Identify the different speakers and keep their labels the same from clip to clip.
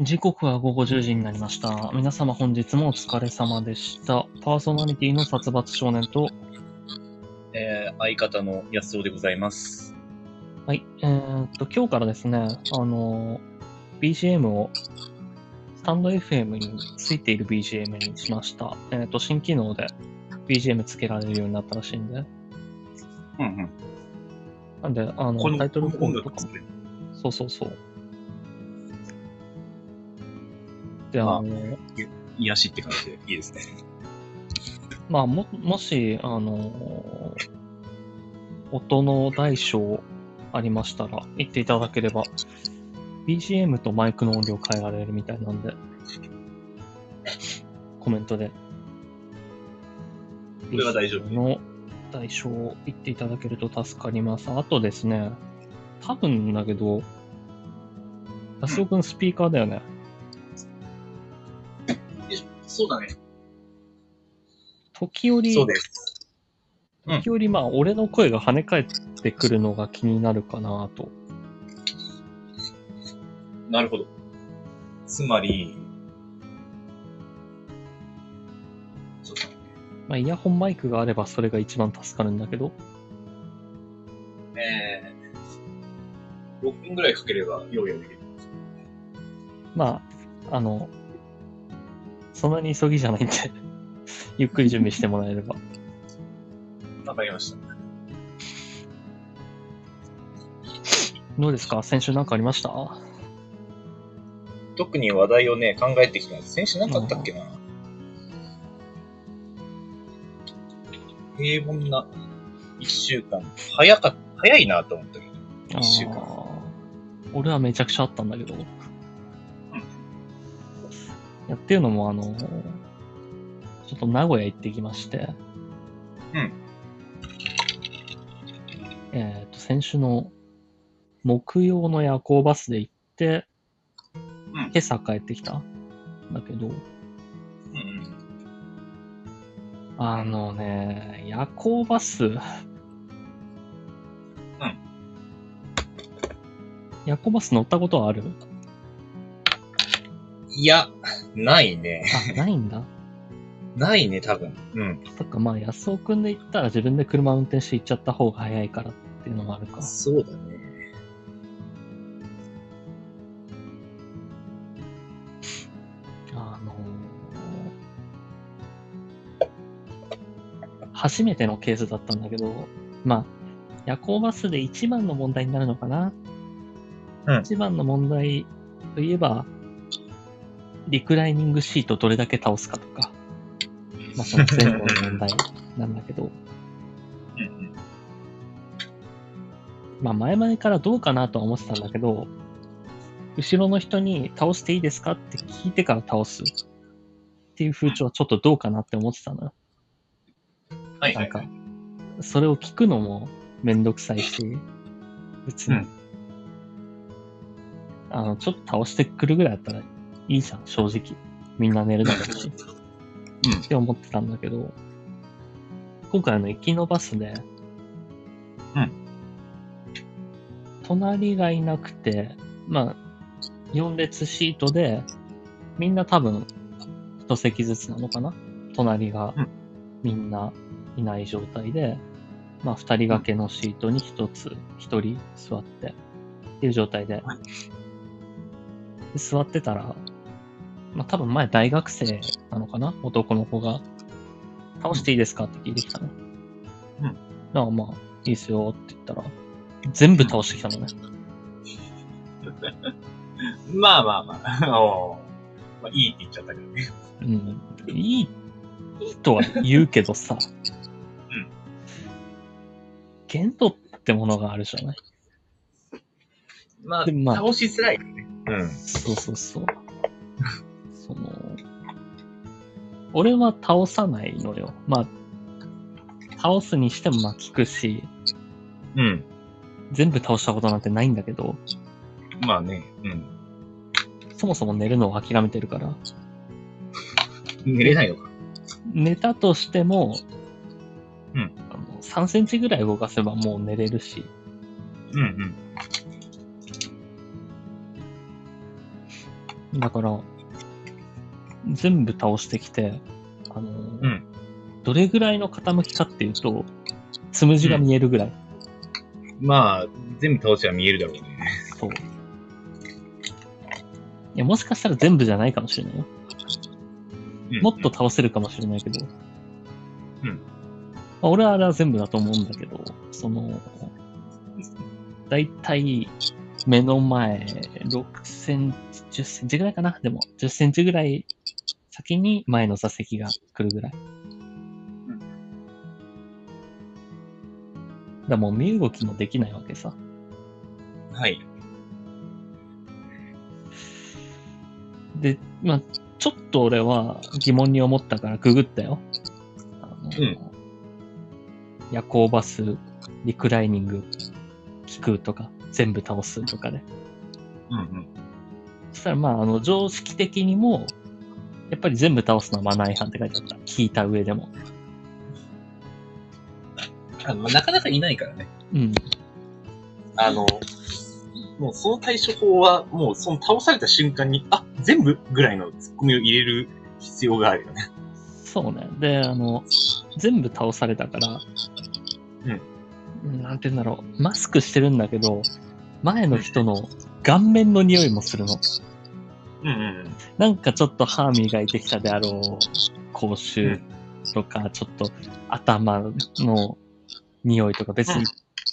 Speaker 1: 時刻は午後10時になりました。皆様本日もお疲れ様でした。パーソナリティの殺伐少年と、
Speaker 2: えー相方の安尾でございます。
Speaker 1: はい、えーっと、今日からですね、あのー BGM をスタンド FM についている BGM にしました。えーっと、新機能で BGM つけられるようになったらしいんで。
Speaker 2: うんうん。
Speaker 1: なんで、あ
Speaker 2: こ
Speaker 1: の、
Speaker 2: の
Speaker 1: タイトルコール
Speaker 2: ことの音楽で
Speaker 1: か
Speaker 2: す
Speaker 1: も。
Speaker 2: ね
Speaker 1: そうそうそう。で、あ
Speaker 2: まあ
Speaker 1: のー
Speaker 2: 癒しって感じでいいですね。
Speaker 1: まあ、も、もし、あのー音の大小ありましたら、言っていただければ、BGM とマイクの音量変えられるみたいなんで、コメントで。
Speaker 2: これは大丈夫
Speaker 1: BGM の大小を言っていただけると助かります。あとですね、多分だけど、安尾くんスピーカーだよね。
Speaker 2: そうだね。
Speaker 1: 時折、
Speaker 2: そうです。うん
Speaker 1: 時折まあ俺の声が跳ね返ってくるのが気になるかなと。
Speaker 2: なるほど。つまり、そうだね
Speaker 1: まあイヤホンマイクがあればそれが一番助かるんだけど、
Speaker 2: えー、6分ぐらいかければ用意はできる。
Speaker 1: まあ、あの、そんなに急ぎじゃないんで、 ゆっくり準備してもらえれば。
Speaker 2: わかりました。
Speaker 1: どうですか先週なんかありました
Speaker 2: 特に話題をね、考えてきたんです。先週なかったっけな。平凡な一週間。早かっ、早いなと思ったけど。一週間
Speaker 1: あー俺はめちゃくちゃあったんだけど。いやっていうのもあの、ちょっと名古屋行ってきまして。
Speaker 2: うん。
Speaker 1: えっ、と、先週の木曜の夜行バスで行って、
Speaker 2: うん
Speaker 1: 今朝帰ってきたんだけど、
Speaker 2: うんうん。
Speaker 1: あのね、夜行バス。うん。夜行バス乗ったことはある
Speaker 2: いや、ないね。
Speaker 1: あ、ないんだ。
Speaker 2: ないね、多分。うん。
Speaker 1: そっか、まあ、安尾くんで行ったら自分で車運転して行っちゃった方が早いからっていうのもあるか。
Speaker 2: そうだね。
Speaker 1: あのー初めてのケースだったんだけど、まあ、夜行バスで一番の問題になるのかな。
Speaker 2: うん
Speaker 1: 一番の問題といえば、リクライニングシートどれだけ倒すかとか、まあ、その前後の問題なんだけど、
Speaker 2: うん
Speaker 1: まあ前々からどうかなとは思ってたんだけど、後ろの人に倒していいですかって聞いてから倒すっていう風潮はちょっとどうかなって思ってたのよ。
Speaker 2: うん。はい
Speaker 1: な
Speaker 2: は
Speaker 1: ん
Speaker 2: い。
Speaker 1: か、それを聞くのもめんどくさいし、別に、
Speaker 2: うん
Speaker 1: あの、ちょっと倒してくるぐらいだったらいいじゃん、正直。みんな寝るだろうし。
Speaker 2: うん
Speaker 1: って思ってたんだけど、今回あの、行きのバスで、
Speaker 2: うん
Speaker 1: 隣がいなくて、まあ、4列シートで、みんな多分、一席ずつなのかな隣が
Speaker 2: うん
Speaker 1: みんないない状態で、まあ、2人掛けのシートに1つ、1人座ってっていう状態で、
Speaker 2: はい
Speaker 1: で座ってたら、まあ、多分前大学生なのかな男の子が、倒していいですかって聞いてきたね。
Speaker 2: うん
Speaker 1: ああ、まあ、いいですよって言ったら、全部倒してきたのね。
Speaker 2: まあまあまあ。 おーまあ、いいって言っちゃったけどね。
Speaker 1: うん。いい、いいとは言うけどさ。
Speaker 2: うん。
Speaker 1: 限度ってものがあるじゃない
Speaker 2: まあ、
Speaker 1: でもまあ
Speaker 2: 倒しづらいよね。うん。
Speaker 1: そうそうそう。その、俺は倒さないのよ。まあ、倒すにしてもまあ聞くし、
Speaker 2: うん。
Speaker 1: 全部倒したことなんてないんだけど、
Speaker 2: まあね。うん。
Speaker 1: そもそも寝るのを諦めてるから、
Speaker 2: 寝れないのか。
Speaker 1: 寝たとしても、
Speaker 2: うん
Speaker 1: あの3センチぐらい動かせばもう寝れるし、
Speaker 2: うんうん。
Speaker 1: だから、全部倒してきて、あの
Speaker 2: うん
Speaker 1: どれぐらいの傾きかっていうと、つむじが見えるぐらい。
Speaker 2: まあ、全部倒せば見えるだろうね。
Speaker 1: そう。いや、もしかしたら全部じゃないかもしれないよ。
Speaker 2: うん
Speaker 1: もっと倒せるかもしれないけど。
Speaker 2: うん
Speaker 1: まあ、俺はあれは全部だと思うんだけど、その、だいたい目の前6センチ、10センチぐらいかなでも、10センチぐらい先に前の座席が来るぐらい。
Speaker 2: ん
Speaker 1: だからもう身動きもできないわけさ。
Speaker 2: はい。
Speaker 1: で、まあ、ちょっと俺は疑問に思ったからググったよ。あの
Speaker 2: うん
Speaker 1: 夜行バス、リクライニング、気空とか、全部倒すとかで。
Speaker 2: うんうん。
Speaker 1: そしたら、まあ、あの、常識的にも、やっぱり全部倒すのはマナー違反って書いてあった。聞いた上でも。
Speaker 2: あのなかなかいないからね。
Speaker 1: うん。
Speaker 2: あの、もうその対処法は、もうその倒された瞬間に、あ、全部ぐらいのツッコミを入れる必要があるよね。
Speaker 1: そうね。で、あの、全部倒されたから、うん。なんて言うんだろう。マスクしてるんだけど、前の人の顔面の匂いもするの。
Speaker 2: うんうん
Speaker 1: なんかちょっと歯磨いてきたであろう口臭とか、ちょっと頭の匂いとか、別
Speaker 2: うん
Speaker 1: に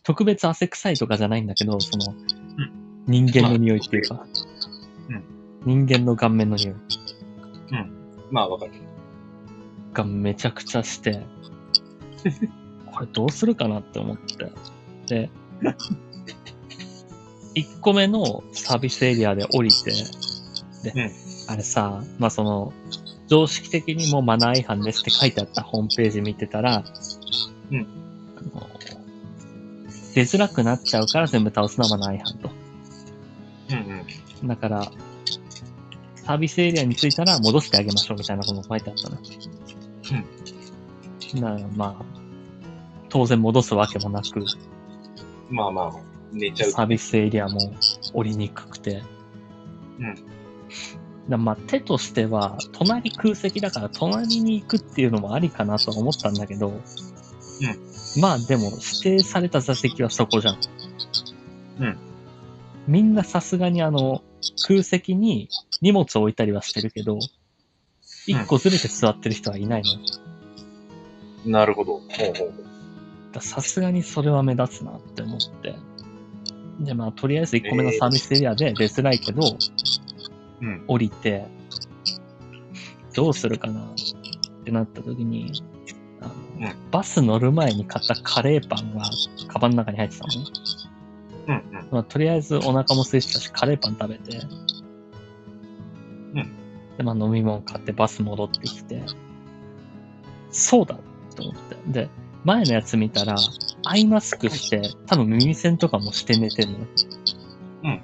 Speaker 1: 特別汗臭いとかじゃないんだけど、その
Speaker 2: うん
Speaker 1: 人間の匂いっていうか、人間の顔面の匂い
Speaker 2: まあわかる。
Speaker 1: がめちゃくちゃして、 これどうするかなって思って。で、1個目のサービスエリアで降りて、で、
Speaker 2: うん
Speaker 1: あれさ、まあその、常識的にもマナー違反ですって書いてあったホームページ見てたら、
Speaker 2: うん
Speaker 1: あの出づらくなっちゃうから全部倒すのはマナー違反と。
Speaker 2: うんうん。
Speaker 1: だから、サービスエリアに着いたら戻してあげましょうみたいなことも書いてあったな。うん。ならまあ、当然戻すわけもなく、
Speaker 2: まあまあまあ、寝ちゃう。
Speaker 1: サービスエリアも降りにくくて。
Speaker 2: うん
Speaker 1: だまあ、手としては、隣空席だから隣に行くっていうのもありかなとは思ったんだけど、まあでも指定された座席はそこじゃん。
Speaker 2: うん。
Speaker 1: みんなさすがにあの、空席に荷物を置いたりはしてるけど、一個ずれて座ってる人はいないの。
Speaker 2: なるほど。ほうほうほう。
Speaker 1: ださすがにそれは目立つなって思って。で、まあ、とりあえず1個目のサービスエリアで出づらいけど、
Speaker 2: うん
Speaker 1: 降りて、どうするかなってなった時に、あのバス乗る前に買ったカレーパンがカバンの中に入ってたのね。
Speaker 2: うんうん。
Speaker 1: まあ、とりあえずお腹も空いてたし、カレーパン食べて、
Speaker 2: うん
Speaker 1: で、まあ、飲み物買ってバス戻ってきて、そうだと思って。で、前のやつ見たら、アイマスクして、多分耳栓とかもして寝てるのよ。
Speaker 2: うんうんうん。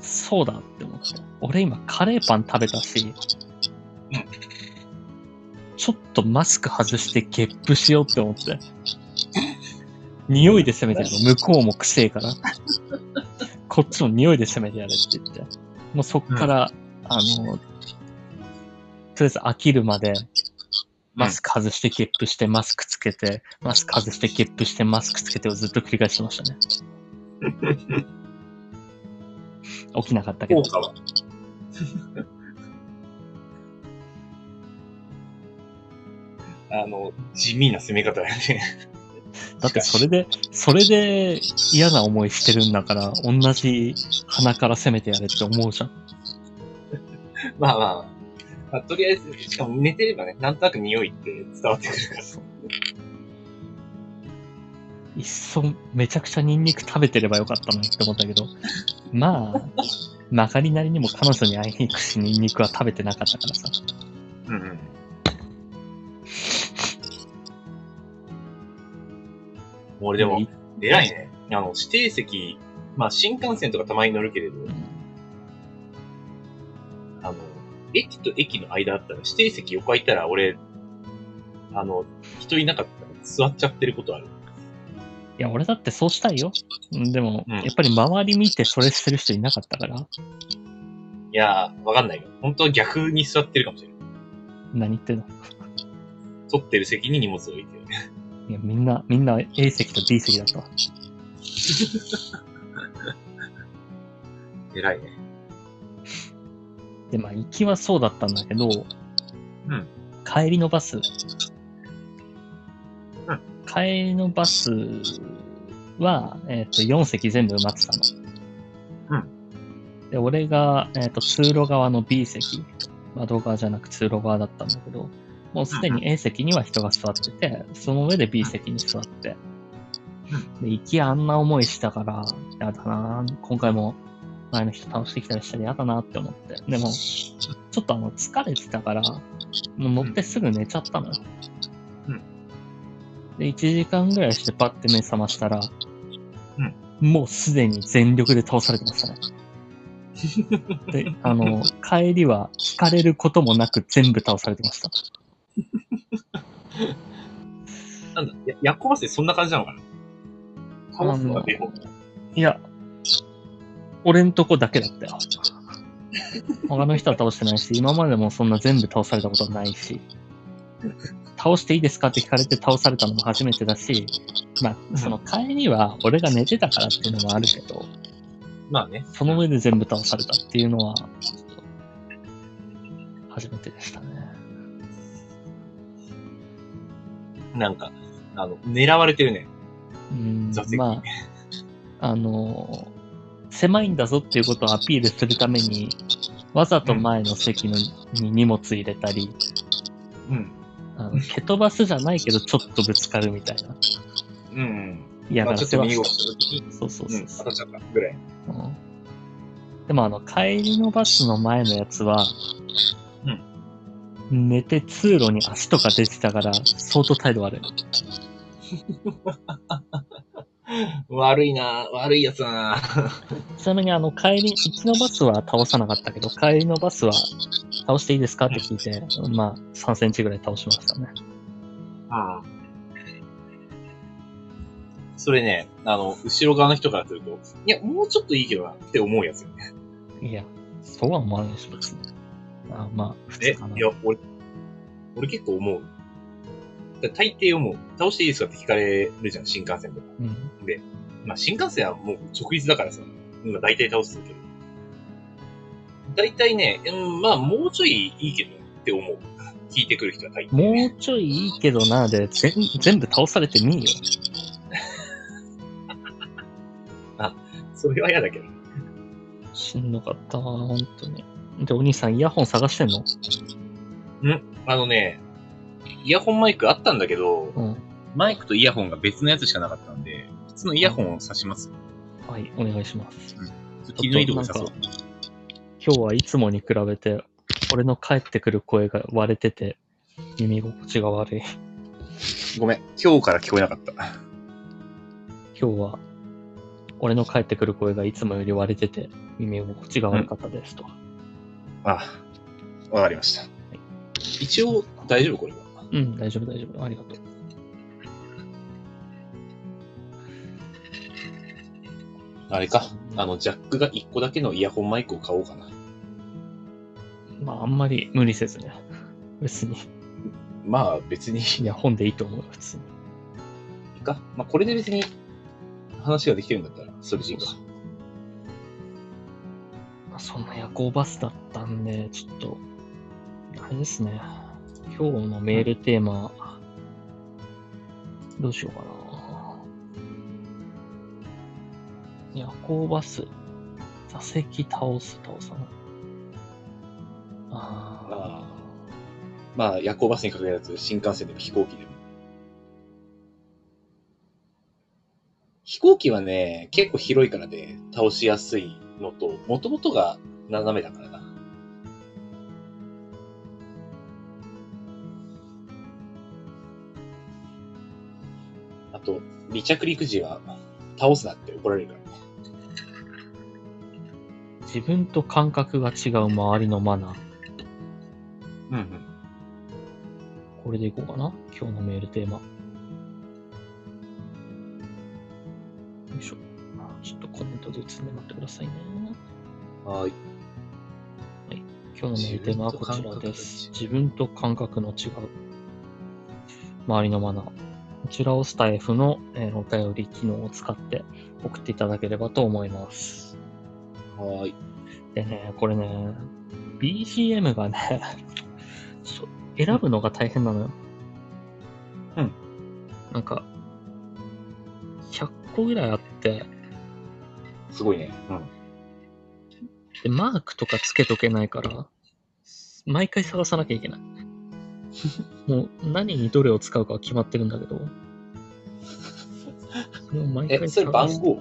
Speaker 1: そうだって思って。俺今カレーパン食べたし、
Speaker 2: うん
Speaker 1: ちょっとマスク外してゲップしようって思って。匂いで攻めてやるの。向こうもくせえから。こっちも匂いで攻めてやるって言って。もうそっから、あの、とりあえず飽きるまで、マスク外してゲップして、マスクつけて、マスク外してゲップして、マスクつけてをずっと繰り返してましたね。起きなかったけど
Speaker 2: 効。果は。 あの、地味な攻め方だよね。
Speaker 1: だってそれで、それで嫌な思いしてるんだから、同じ鼻から攻めてやれって思うじゃん。
Speaker 2: まあまあ、まあ、とりあえず、しかも寝てればね、なんとなく匂いって伝わってくるから。
Speaker 1: いっそ、めちゃくちゃニンニク食べてればよかったのにって思ったけど、まあ、曲がりなりにも彼女に会いに行くし、ニンニクは食べてなかったからさ。
Speaker 2: うんうん。俺でも、偉いね。あの、指定席、まあ新幹線とかたまに乗るけれど、あの、駅と駅の間だったら、指定席横空いたら俺、あの、人いなかったら座っちゃってることある。
Speaker 1: いや、俺だってそうしたいよ。うんでも、
Speaker 2: うん
Speaker 1: やっぱり周り見てそれしてる人いなかったから、
Speaker 2: いやー、わかんないよ。本当は逆に座ってるかもしれない。
Speaker 1: 何言ってんの
Speaker 2: 取ってる席に荷物を置いてる。
Speaker 1: いや、みんな、みんな A 席と B 席だったわ。
Speaker 2: 偉いね。
Speaker 1: で、まあ、行きはそうだったんだけど、
Speaker 2: うん
Speaker 1: 帰りのバス、
Speaker 2: うん
Speaker 1: 帰りのバスは、えっ、と、4席全部埋まってたの。で、俺が、えっ、と、通路側の B 席、窓側じゃなく通路側だったんだけど、もうすで
Speaker 2: うん
Speaker 1: に A 席には人が座ってて、その上で B 席に座って、で、行きあんな思いしたから、やだなぁ今回も前の人倒してきたりしたら嫌だなって思って。でも、ちょちょっとあの、疲れてたから、もう乗ってすぐ寝ちゃったのよ。
Speaker 2: うん
Speaker 1: で、1時間ぐらいしてパッて目覚ましたら、
Speaker 2: うん
Speaker 1: もうすでに全力で倒されてま したね。で、あの、帰りは聞かれることもなく全部倒されてました。
Speaker 2: なんだ、や夜行バスでそんな感じなのかな倒すのがデフォ。
Speaker 1: いや、俺んとこだけだったよ。他の人は倒してないし、今までもそんな全部倒されたことないし、倒していいですかって聞かれて倒されたのも初めてだし、まあ、その帰りは俺が寝てたからっていうのもあるけど、
Speaker 2: まあね。
Speaker 1: その上で全部倒されたっていうのは、ちょっと初めてでしたね。
Speaker 2: なんか、あの、狙われてるね。
Speaker 1: うん
Speaker 2: 座席、
Speaker 1: まあ、あのー狭いんだぞっていうことをアピールするために、わざと前の席のに荷物入れたり、
Speaker 2: うん。
Speaker 1: あの蹴飛ばすじゃないけど、ちょっとぶつかるみたいな。
Speaker 2: うん。
Speaker 1: 嫌
Speaker 2: ま
Speaker 1: がら
Speaker 2: あ、ちょっ
Speaker 1: せ
Speaker 2: と
Speaker 1: は
Speaker 2: 見
Speaker 1: し
Speaker 2: よう
Speaker 1: た。
Speaker 2: した時に、
Speaker 1: そうそう
Speaker 2: う
Speaker 1: そ
Speaker 2: ん、
Speaker 1: うそ
Speaker 2: 当
Speaker 1: う
Speaker 2: たっちゃったぐらい。
Speaker 1: うんでもあの、帰りのバスの前のやつは、寝て通路に足とか出てたから、相当態度悪い。
Speaker 2: 悪いなぁ悪いやつだなぁ
Speaker 1: ちなみにあの帰り、行きのバスは倒さなかったけど、帰りのバスは倒していいですかって聞いて、まあ3センチぐらい倒しましたね。
Speaker 2: うん。それね、あの、後ろ側の人からすると、いや、もうちょっといいけどなって思うやつよね。
Speaker 1: いや、そうは思わないでしょ、別に。あまあ、普
Speaker 2: え、
Speaker 1: 通
Speaker 2: い
Speaker 1: かな。
Speaker 2: や、俺、俺結構思う。だから大抵思う。倒していいですかって聞かれるじゃん、新幹線とか。
Speaker 1: うん。
Speaker 2: まあ、新幹線はもう直立だからさ、今大体倒すけど。大体ね、うん、まあ、もうちょいいいけどって思う。聞いてくる人は大抵、
Speaker 1: も
Speaker 2: ね。
Speaker 1: うちょいいいけどな、で、全全部倒されてみいよ。
Speaker 2: それは嫌だけど。
Speaker 1: しんどかったわ、本当に。で、お兄さん、イヤホン探してんの
Speaker 2: あのね、イヤホンマイクあったんだけど、
Speaker 1: うん。
Speaker 2: マイクとイヤホンが別のやつしかなかったんで、普通のイヤホンを挿します。
Speaker 1: はい、お願いします。
Speaker 2: 気のいいとこに挿そう。
Speaker 1: 今日はいつもに比べて、俺の帰ってくる声が割れてて、耳心地が悪い。
Speaker 2: ごめん、今日から聞こえなかった。
Speaker 1: 今日は俺の帰ってくる声がいつもより割れてて耳心地が悪かったですと。
Speaker 2: ああ、わかりました。一応、大丈夫これは。
Speaker 1: うん、大丈夫大丈夫。ありがとう。
Speaker 2: あれか、あの、ジャックが1個だけのイヤホンマイクを買おうかな。
Speaker 1: まああんまり無理せずね。別に
Speaker 2: まあ、別に、
Speaker 1: イヤホンでいいと思うよ普通に。
Speaker 2: いいか。まあ、これで別に、話ができてるんだったら、それでいいか。
Speaker 1: まあ、そんな夜行バスだったんで、ちょっと、あれですね。今日のメールテーマ、どうしようかな。夜行バス、座席倒す、倒さない。あ
Speaker 2: あまあ、夜行バスにかけるやつ、新幹線でも飛行機でも。飛行機はね、結構広いからね、倒しやすいのと、もともとが斜めだからな。あと、離着陸時は倒すなって怒られるからね。
Speaker 1: ー自分と感覚が違う周りのマナー。
Speaker 2: うんうん。
Speaker 1: これでいこうかな。今日のメールテーマ。いしょ。ちょっとコメントずつね、待ってくださいね。
Speaker 2: はい。
Speaker 1: 今日のメールテーマはこちらです。自分と感覚の違う。周りのマナー。こちらをスタイフの、えーお便り機能を使って送っていただければと思います。
Speaker 2: はい。
Speaker 1: でね、これね、BGM がね、ちょっと選ぶのが大変なのよ。
Speaker 2: うん。
Speaker 1: なんか、100個ぐらいあって、
Speaker 2: すごいね。うん。
Speaker 1: で、マークとかつけとけないから、毎回探さなきゃいけ ない。もう、何にどれを使うかは決まってるんだけど。それを毎
Speaker 2: え、
Speaker 1: 回
Speaker 2: それ番
Speaker 1: して
Speaker 2: 号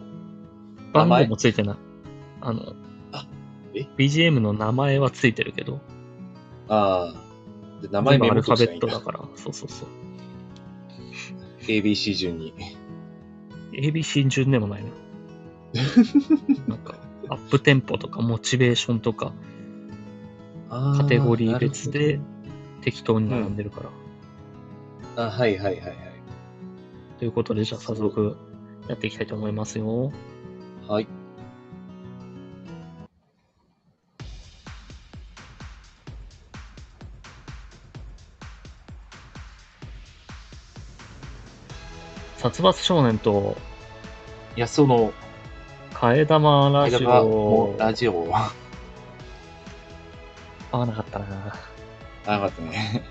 Speaker 1: 番
Speaker 2: 名
Speaker 1: 号
Speaker 2: 前
Speaker 1: もついてない。あの
Speaker 2: あえ、
Speaker 1: BGM の名前はついてるけど、
Speaker 2: ああ。で名前
Speaker 1: 全部
Speaker 2: メ
Speaker 1: ア
Speaker 2: モ
Speaker 1: ル
Speaker 2: っ
Speaker 1: フ
Speaker 2: と
Speaker 1: ァ
Speaker 2: き
Speaker 1: ベ
Speaker 2: たい
Speaker 1: ッ
Speaker 2: ん
Speaker 1: ト
Speaker 2: だ
Speaker 1: だから、そうそうそう。
Speaker 2: ABC 順に。
Speaker 1: ABC 順でも ないね。なんか、アップテンポとか、モチベーションとか、カテゴリー別で適当に並んでるから。
Speaker 2: あ、はいはいはいはい。
Speaker 1: ということで、じゃあ早速やっていきたいと思いますよ。
Speaker 2: はい。
Speaker 1: 殺伐少年と
Speaker 2: いや、その、
Speaker 1: 替え玉ラジオ。
Speaker 2: ラジオ。あ、
Speaker 1: 合わなかったな。
Speaker 2: よかったね。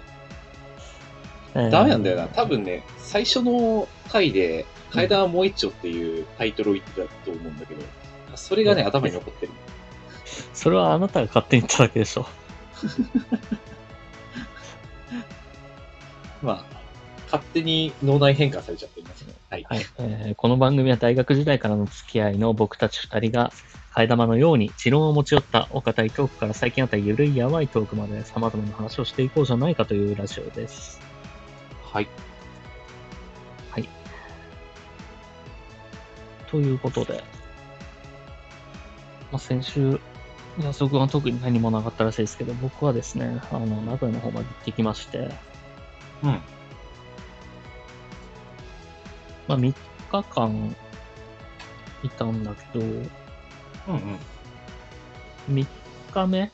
Speaker 1: えー
Speaker 2: ダメなんだよな。多分ね、最初の回で、階段はもう一丁っていうタイトルを言ってたと思うんだけど、それがね、
Speaker 1: うん
Speaker 2: 頭に残ってる。
Speaker 1: それはあなたが勝手に言っただけでしょ。
Speaker 2: まあ、勝手に脳内変換されちゃっていますね。はい。
Speaker 1: はいえーこの番組は大学時代からの付き合いの僕たち2人が替え玉のように持論を持ち寄ったお堅いトークから最近あったゆるいやばいトークまで様々な話をしていこうじゃないかというラジオです。
Speaker 2: はい。
Speaker 1: ということで、まあ、先週、安田君は特に何もなかったらしいですけど、僕はですね、あの、名古屋の方まで行ってきまして、
Speaker 2: うん。
Speaker 1: まあ、3日間いたんだけど、
Speaker 2: うんうん。
Speaker 1: 3日目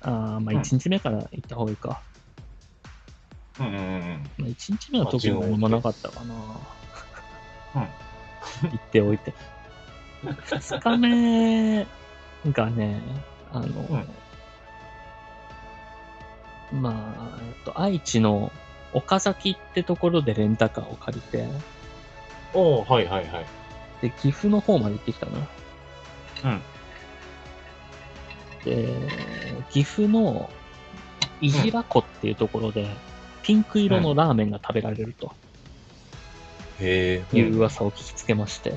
Speaker 1: あーまあ
Speaker 2: うん
Speaker 1: 1日目から行った方がいいか。
Speaker 2: うんうんうん。
Speaker 1: まあ、1日目は特に何もなかったかな。 行っておいて。2日目がね、あの、まあ、えっと、愛知の岡崎ってところでレンタカーを借りて、
Speaker 2: おおはいはいはい。
Speaker 1: で、岐阜の方まで行ってきたな。
Speaker 2: うん。
Speaker 1: で、岐阜のいじら湖っていうところで、ピンク色のラーメンが食べられると
Speaker 2: へえ。
Speaker 1: いう噂を聞きつけまして、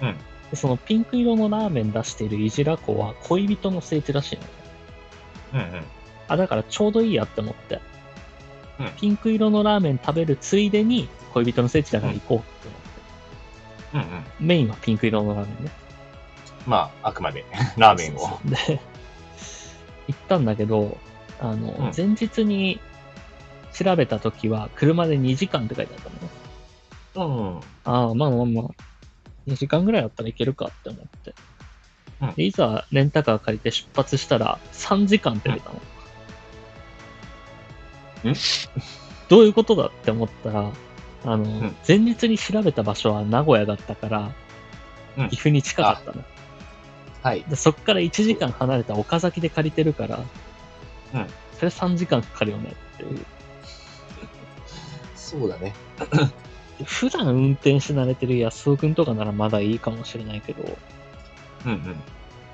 Speaker 2: うん。
Speaker 1: でそのピンク色のラーメン出しているいじら湖は恋人の聖地らしいのね。
Speaker 2: うんうん。
Speaker 1: あ、だからちょうどいいやって思って、
Speaker 2: うん
Speaker 1: ピンク色のラーメン食べるついでに恋人の聖地だから行こうって思って、
Speaker 2: うんうん。
Speaker 1: メインはピンク色のラーメンね。
Speaker 2: まあ、あくまで、ラーメンを。
Speaker 1: そうそうで、行ったんだけど、あの、
Speaker 2: ん
Speaker 1: 前日に調べた時は、車で2時間って書いてあったのね。
Speaker 2: うん。
Speaker 1: ああ、まあまあまあ、2時間ぐらいだったらいけるかって思って。
Speaker 2: うん
Speaker 1: でいざ、レンタカー借りて出発したら、3時間って出たの。
Speaker 2: うん
Speaker 1: どういうことだって思ったら、あの、
Speaker 2: ん
Speaker 1: 前日に調べた場所は名古屋だったから、
Speaker 2: うん
Speaker 1: 岐阜に近かったの。
Speaker 2: はい。
Speaker 1: でそっから1時間離れた岡崎で借りてるから、
Speaker 2: うん
Speaker 1: それ3時間かかるよねっていう。
Speaker 2: そうだね。
Speaker 1: 普段運転し慣れてる安尾くんとかならまだいいかもしれないけど、
Speaker 2: うんうん。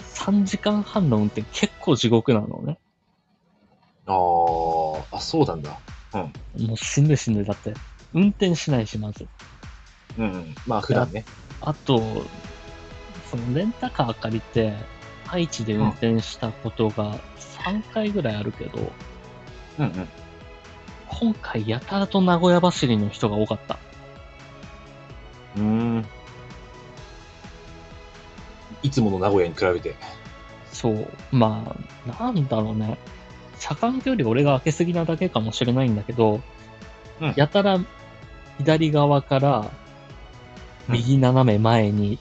Speaker 1: 3時間半の運転結構地獄なのね。
Speaker 2: あーあ、そうなんだ。
Speaker 1: もう死ぬ死ぬ。だって、運転しないし、まず。
Speaker 2: うんうん。まあ、普段ね。
Speaker 1: あと、そのレンタカー借りて、愛知で運転したことが3回ぐらいあるけど、
Speaker 2: うんうん。
Speaker 1: 今回やたらと名古屋走りの人が多かった。
Speaker 2: うーん。いつもの名古屋に比べて。
Speaker 1: そう。まあ、なんだろうね。車間距離俺が開けすぎなだけかもしれないんだけど、
Speaker 2: うん
Speaker 1: やたら左側から
Speaker 2: うん
Speaker 1: 右斜め前に、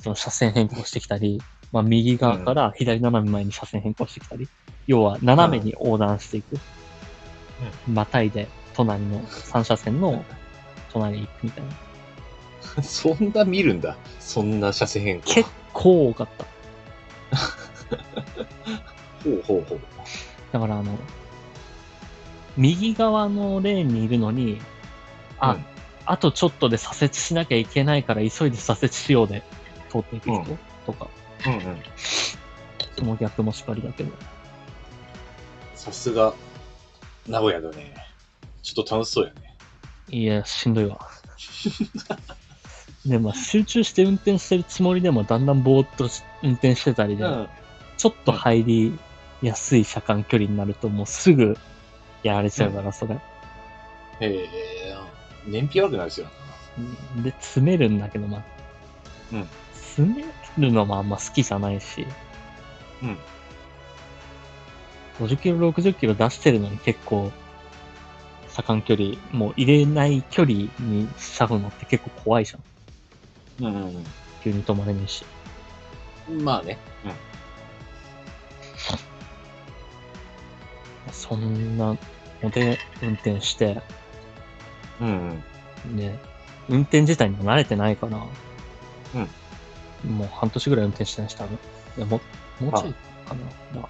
Speaker 1: その車線変更してきたり、まあ、右側から左斜め前に車線変更してきたり、要は斜めに横断していく。またいで、隣の3車線の隣に行くみたいな。
Speaker 2: そんな見るんだ。そんな車線変更。
Speaker 1: 結構多かった。
Speaker 2: ほうほうほう。
Speaker 1: だからあの、右側のレーンにいるのに、あ、
Speaker 2: うん
Speaker 1: あとちょっとで左折しなきゃいけないから急いで左折しようで通っていく人とか、
Speaker 2: うんうん。
Speaker 1: その逆もしかりだけど。
Speaker 2: さすが、名古屋だね。ちょっと楽しそうやね。
Speaker 1: いや、しんどいわ。 で、まあ集中して運転してるつもりでもだんだんぼーっとし運転してたりで、
Speaker 2: うん。
Speaker 1: ちょっと入りやすい車間距離になるともうすぐやられちゃうから、それ。
Speaker 2: ええ燃費悪くなるですよ。
Speaker 1: で、詰めるんだけど、まあ、
Speaker 2: うん
Speaker 1: 詰めるのもあんま好きじゃないし、
Speaker 2: うん。
Speaker 1: 50キロ、60キロ出してるのに結構、車間距離、もう入れない距離に車夫乗って結構怖いじゃん。
Speaker 2: うんうん
Speaker 1: 急に止まれねえし。
Speaker 2: うん。まあね。
Speaker 1: そんなので運転して、
Speaker 2: うんうん。
Speaker 1: ね、運転自体にも慣れてないから、もう半年ぐらい運転してないし、多分。いや、も、もうちょいかな。ま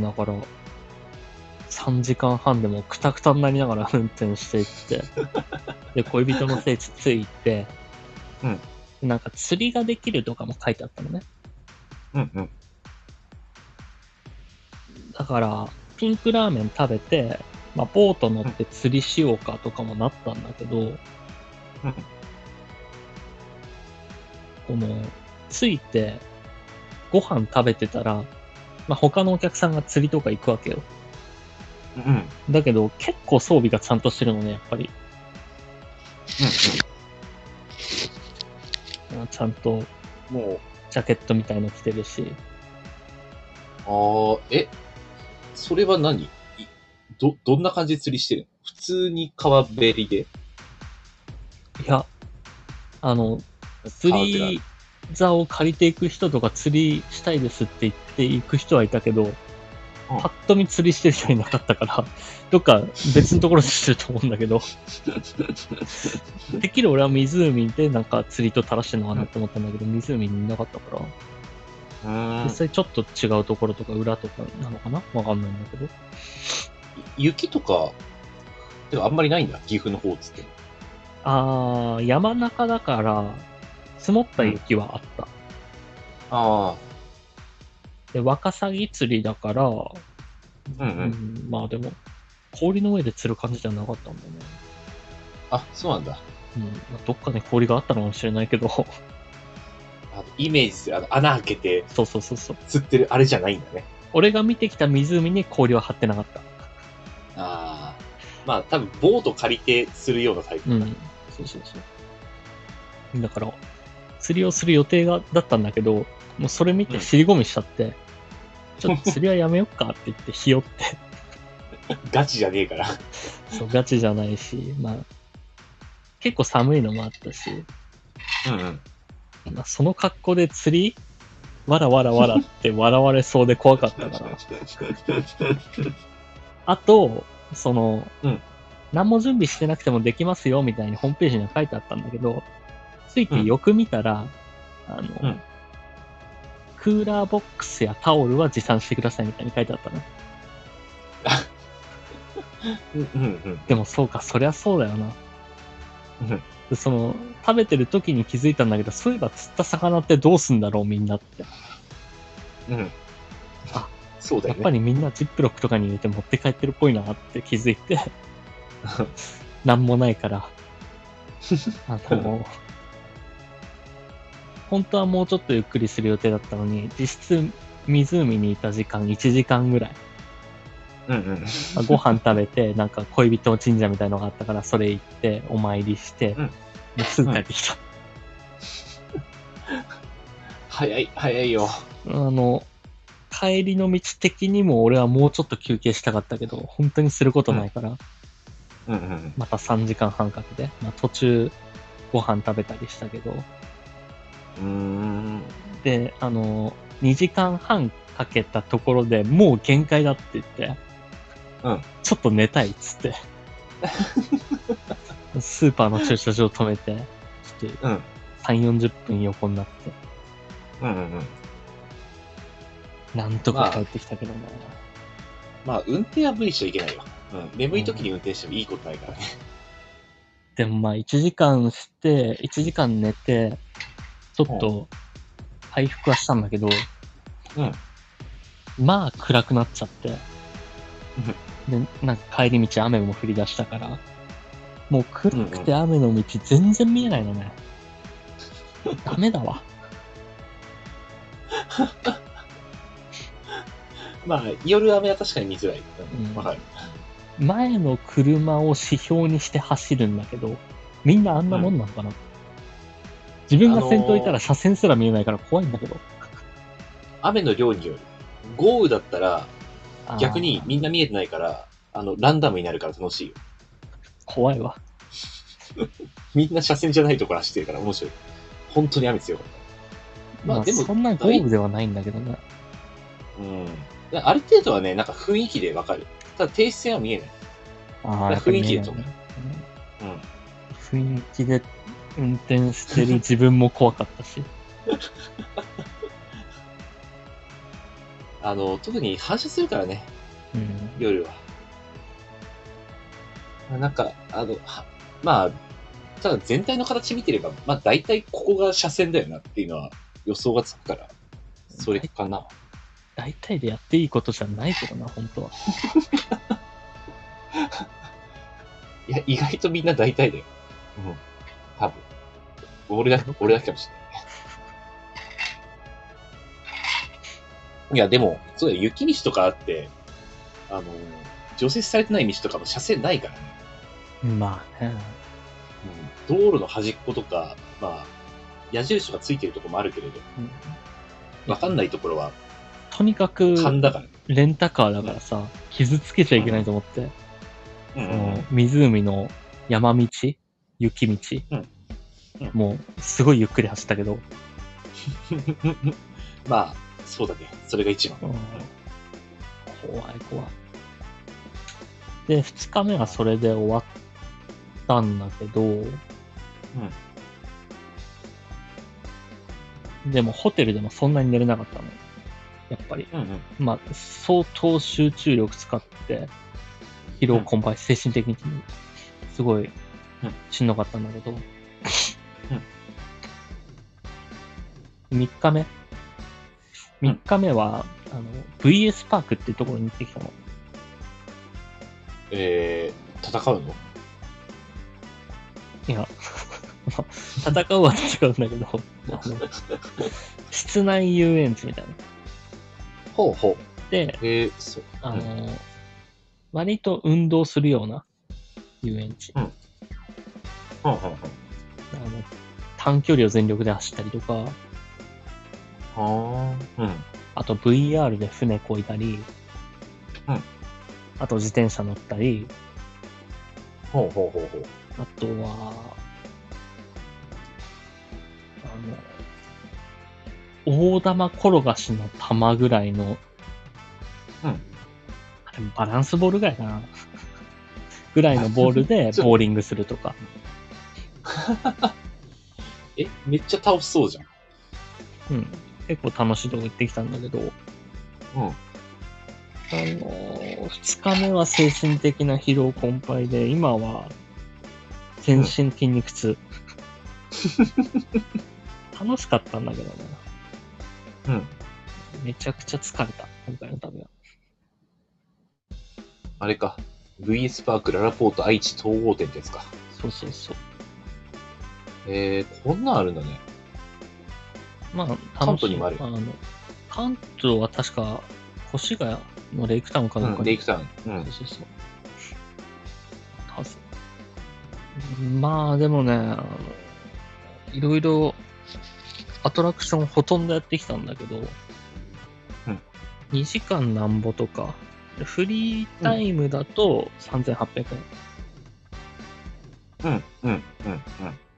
Speaker 1: あ、だから、3時間半でもくたくたになりながら運 転していって、で、恋人の聖地ついて、
Speaker 2: うん
Speaker 1: なんか釣りができるとかも書いてあったのね。
Speaker 2: うんうん。
Speaker 1: だから、ピンクラーメン食べて、まあ、ボート乗って釣りしようかとかもなったんだけど、この、着いて、ご飯食べてたら、まあ、他のお客さんが釣りとか行くわけよ。
Speaker 2: うんうん。
Speaker 1: だけど、結構装備がちゃんとしてるのね、やっぱり。ちゃんと、
Speaker 2: も
Speaker 1: ジャケットみたいの着てるし、
Speaker 2: う、ああ、え、それは何いど、どんな感じで釣りしてるの普通に川べりで
Speaker 1: いや、あの、釣り座を借りていく人とか釣りしたいですって言っていく人はいたけど、パッと見釣りしてる人いなかったから、 どっか別のところでしてると思うんだけど、 てっきり俺は湖でなんか釣りと垂らしてるのかなって思ったんだけど、湖にいなかったから、
Speaker 2: うー
Speaker 1: 実
Speaker 2: ん。
Speaker 1: 際ちょっと違うところとか裏とかなのかなわかんないんだけど。
Speaker 2: 雪とか、てかあんまりないんだ。岐阜の方っつっても。
Speaker 1: あー、山中だから、積もった雪はあった。
Speaker 2: あ
Speaker 1: で、ワカサギ釣りだから、う
Speaker 2: あ、うんうん。
Speaker 1: んまあでも、氷の上で釣る感じじゃなかったんだよね。
Speaker 2: あ、そうなんだ。
Speaker 1: うん、まあどっかに氷があったのかもしれないけど、
Speaker 2: あのイメージする、あの、穴開けて
Speaker 1: そうそうそうそう。
Speaker 2: 釣ってるあれじゃないんだね。
Speaker 1: 俺が見てきた湖に氷は張ってなかった。
Speaker 2: ああ。まあ、多分ボート借りて釣るようなタイプ
Speaker 1: う
Speaker 2: だ
Speaker 1: ん
Speaker 2: な。。
Speaker 1: そうそうそう。だから、釣りをする予定がだったんだけど、もうそれ見て尻込みしちゃって、 ちょっと釣りはやめよっかって言って、ひよって、
Speaker 2: ガチじゃねえから。
Speaker 1: そうガチじゃないし、まあ、結構寒いのもあったし、
Speaker 2: うんうん。
Speaker 1: まあ、その格好で釣りわらわらわらって笑われそうで怖かったから。あと、その、
Speaker 2: うん
Speaker 1: 何も準備してなくてもできますよみたいにホームページには書いてあったんだけど、ついてよく見たら、あの、
Speaker 2: うん
Speaker 1: クーラーボックスやタオルは持参してくださいみたいに書いてあったの。
Speaker 2: うんうん
Speaker 1: でもそうか、そりゃそうだよな。
Speaker 2: うん。
Speaker 1: でその、食べてる時に気づいたんだけど、そういえば釣った魚ってどうすんだろうみんなって。
Speaker 2: うん。
Speaker 1: あ、
Speaker 2: そう
Speaker 1: や
Speaker 2: だよ
Speaker 1: っ
Speaker 2: ね。
Speaker 1: ぱりみんなジップロックとかに入れて持って帰ってるっぽいなって気づいて、なんもない から。あの、本当はもうちょっとゆっくりする予定だったのに、実質湖にいた時間1時間ぐらい。
Speaker 2: うんうん。
Speaker 1: まあご飯食べ て、なんか恋人の神社みたいのがあったから、それ行って、お参りして、
Speaker 2: うん
Speaker 1: もうすぐ帰ってきた。
Speaker 2: 早い、早いよ。
Speaker 1: あの、帰りの道的にも俺はもうちょっと休憩したかったけど、本当にすることないから、
Speaker 2: うんうん。
Speaker 1: また3時間半かけて、まあ、途中、ご飯食べたりしたけど、
Speaker 2: うーん。
Speaker 1: で、あの、2時間半かけたところでもう限界だって言って、
Speaker 2: うん
Speaker 1: ちょっと寝たいっつっ て。スーパーの駐車場止めて、ちょっと
Speaker 2: うん。
Speaker 1: 3、40分横になって、
Speaker 2: うんうんうん。
Speaker 1: なんとか帰ってきたけどね。
Speaker 2: まあ、運転は無理しちゃいけないよ。うん。眠い時に運転してもいいことないからね。
Speaker 1: でもまあ1時間して、1時間寝て、ちょっと回復はしたんだけど、
Speaker 2: うん。
Speaker 1: まあ暗くなっちゃって。で、なんか帰り道雨も降り出したから、もう暗くて雨の道全然見えないの ね。ダメだわ。
Speaker 2: まあ、夜雨は確かに見づらい。
Speaker 1: うん
Speaker 2: わかる。
Speaker 1: 前の車を指標にして走るんだけど、みんなあんなもんなのかな、自分が先頭いた
Speaker 2: あの
Speaker 1: ら車線すら見えないから怖いんだけど。
Speaker 2: 雨の量による。豪雨だったら、
Speaker 1: あー
Speaker 2: 逆にみんな見えてないから、あの、ランダムになるから楽しいよ。
Speaker 1: 怖いわ。
Speaker 2: みんな車線じゃないところ走ってるから面白い。本当に雨強かっま
Speaker 1: ま
Speaker 2: あ
Speaker 1: あ、
Speaker 2: でも
Speaker 1: そんな豪雨ではないんだけどね。
Speaker 2: た。うん。である程度はね、なんか雰囲気でわかる。ただ、停止線は見えない。
Speaker 1: ああ、
Speaker 2: いや
Speaker 1: やっぱり
Speaker 2: 雰囲気でしょ
Speaker 1: ね
Speaker 2: うん。
Speaker 1: うん雰囲気で運転してる自分も怖かったし。
Speaker 2: あの、特に反射するからね、
Speaker 1: うん
Speaker 2: 夜は。なんか、あの、はまあ、ただ全体の形見てれば、まあ大体ここが車線だよなっていうのは予想がつくから、それかな。
Speaker 1: 大体でやっていいことじゃないけどな、本当は。
Speaker 2: いや、意外とみんな大体だよ。うん。多分。俺だけ、俺だけかもしれない。いや、でも、そうだよ、雪道とかあって、あの、除雪されてない道とかも車線ないからね。
Speaker 1: まあね。
Speaker 2: うん、道路の端っことか、まあ、矢印がついてるとこもあるけれど、
Speaker 1: うん
Speaker 2: わかんないところは
Speaker 1: とにかく、
Speaker 2: 勘だからね。
Speaker 1: レンタカーだからさ、傷つけちゃいけないと思って、
Speaker 2: うん
Speaker 1: その湖の山道、雪道、
Speaker 2: うんうん
Speaker 1: もう、すごいゆっくり走ったけど、
Speaker 2: うん。 まあ、そうだね。それが一番。
Speaker 1: うん怖い怖い。で、2日目はそれで終わったんだけど、でもホテルでもそんなに寝れなかったの。やっぱり。
Speaker 2: うんうん。
Speaker 1: まあ、相当集中力使って、疲労困憊、精神的にすごい
Speaker 2: うん
Speaker 1: しんどかったんだけ ど、3日目
Speaker 2: うん
Speaker 1: ?3 日目は、あの、VS パークっていうところに行ってきたの。
Speaker 2: えー、戦うの
Speaker 1: いや、まあ戦うは違うんだけ ど、あの室内遊園地みたいな。
Speaker 2: ほうほう。
Speaker 1: で、
Speaker 2: えー、そう。
Speaker 1: あの、割と運動するような遊園地。
Speaker 2: うんうんう
Speaker 1: あ
Speaker 2: ん。
Speaker 1: の短距離を全力で走ったりとか、
Speaker 2: はあ。うん。
Speaker 1: あと VR で船こいたり、
Speaker 2: うん
Speaker 1: あと自転車乗ったり、
Speaker 2: ほうほうほうほう。
Speaker 1: あとは、あの、大玉転がしの玉ぐらいの、
Speaker 2: うん
Speaker 1: あれバランスボールぐらいかな。ぐらいのボールで
Speaker 2: ちょ
Speaker 1: ボーリングするとか。
Speaker 2: え、めっちゃ倒しそうじゃ
Speaker 1: う
Speaker 2: ん。
Speaker 1: ん。結構楽しいとこ行ってきたんだけど、
Speaker 2: うん。
Speaker 1: あのー、2日目は精神的な疲労困憊で、今は全身筋肉痛。 楽しかったんだけどね。
Speaker 2: うん。
Speaker 1: めちゃくちゃ疲れた、今回の旅は。
Speaker 2: あれか。VS パークララポート愛知統合店ってやつか。
Speaker 1: そうそうそう。
Speaker 2: えー、こんなんあるんだね。
Speaker 1: まあ、
Speaker 2: 関東にもある
Speaker 1: 楽しいあの関東は確か、越谷のレイクタウンかどう
Speaker 2: う
Speaker 1: か
Speaker 2: ん、
Speaker 1: に
Speaker 2: レイクタウン。うん
Speaker 1: そう。そうそう。はず。まあでもね、あのいろいろアトラクションほとんどやってきたんだけど、
Speaker 2: うん
Speaker 1: 2時間なんぼとか、フリータイムだと3800円。
Speaker 2: うん、うん、うん、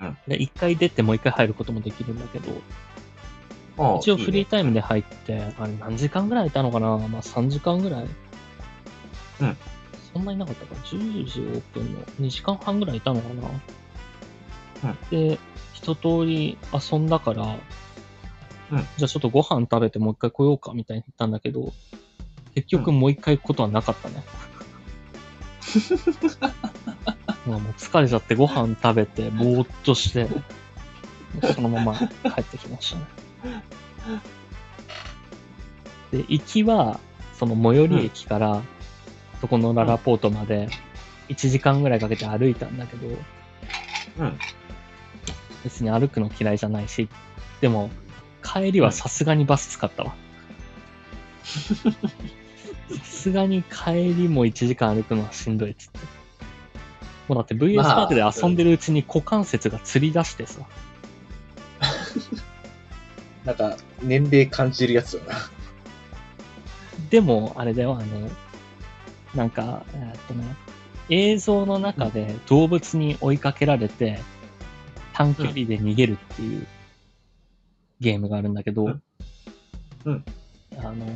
Speaker 2: うん、うん。
Speaker 1: で、一回出てもう一回入ることもできるんだけど、
Speaker 2: ああ
Speaker 1: 一応
Speaker 2: いいね
Speaker 1: フリータイムで入って、あれ何時間ぐらいいたのかなまあ3時間ぐらい。
Speaker 2: うん。
Speaker 1: そんなになかったかな ?10 時オープンの2時間半ぐらいいたのかな
Speaker 2: うん
Speaker 1: で、一通り遊んだから、
Speaker 2: うん
Speaker 1: じゃあちょっとご飯食べてもう一回来ようかみたいに言ったんだけど、結局
Speaker 2: うん
Speaker 1: もう一回行くことはなかった ね。まあもう疲れちゃってご飯食べて、ぼーっとして、そのまま帰ってきましたね。で、行きは、その最寄り駅から、そこのララポートまで、1時間ぐらいかけて歩いたんだけど、
Speaker 2: うん。
Speaker 1: 別に歩くの嫌いじゃないし、でも、帰りはさすがにバス使 ったわ。さすがに帰りも1時間歩くのはしんどいっつって。もうだって VS
Speaker 2: まあ
Speaker 1: パークで遊んでるうちに股関節がつり出してさ、
Speaker 3: なんか、年齢感じるやつだな。
Speaker 1: でも、あれだよ、あの、なんか、えーっとね、映像の中で動物に追いかけられて、短距離で逃げるっていうゲームがあるんだけど、
Speaker 2: うんうん
Speaker 1: あの、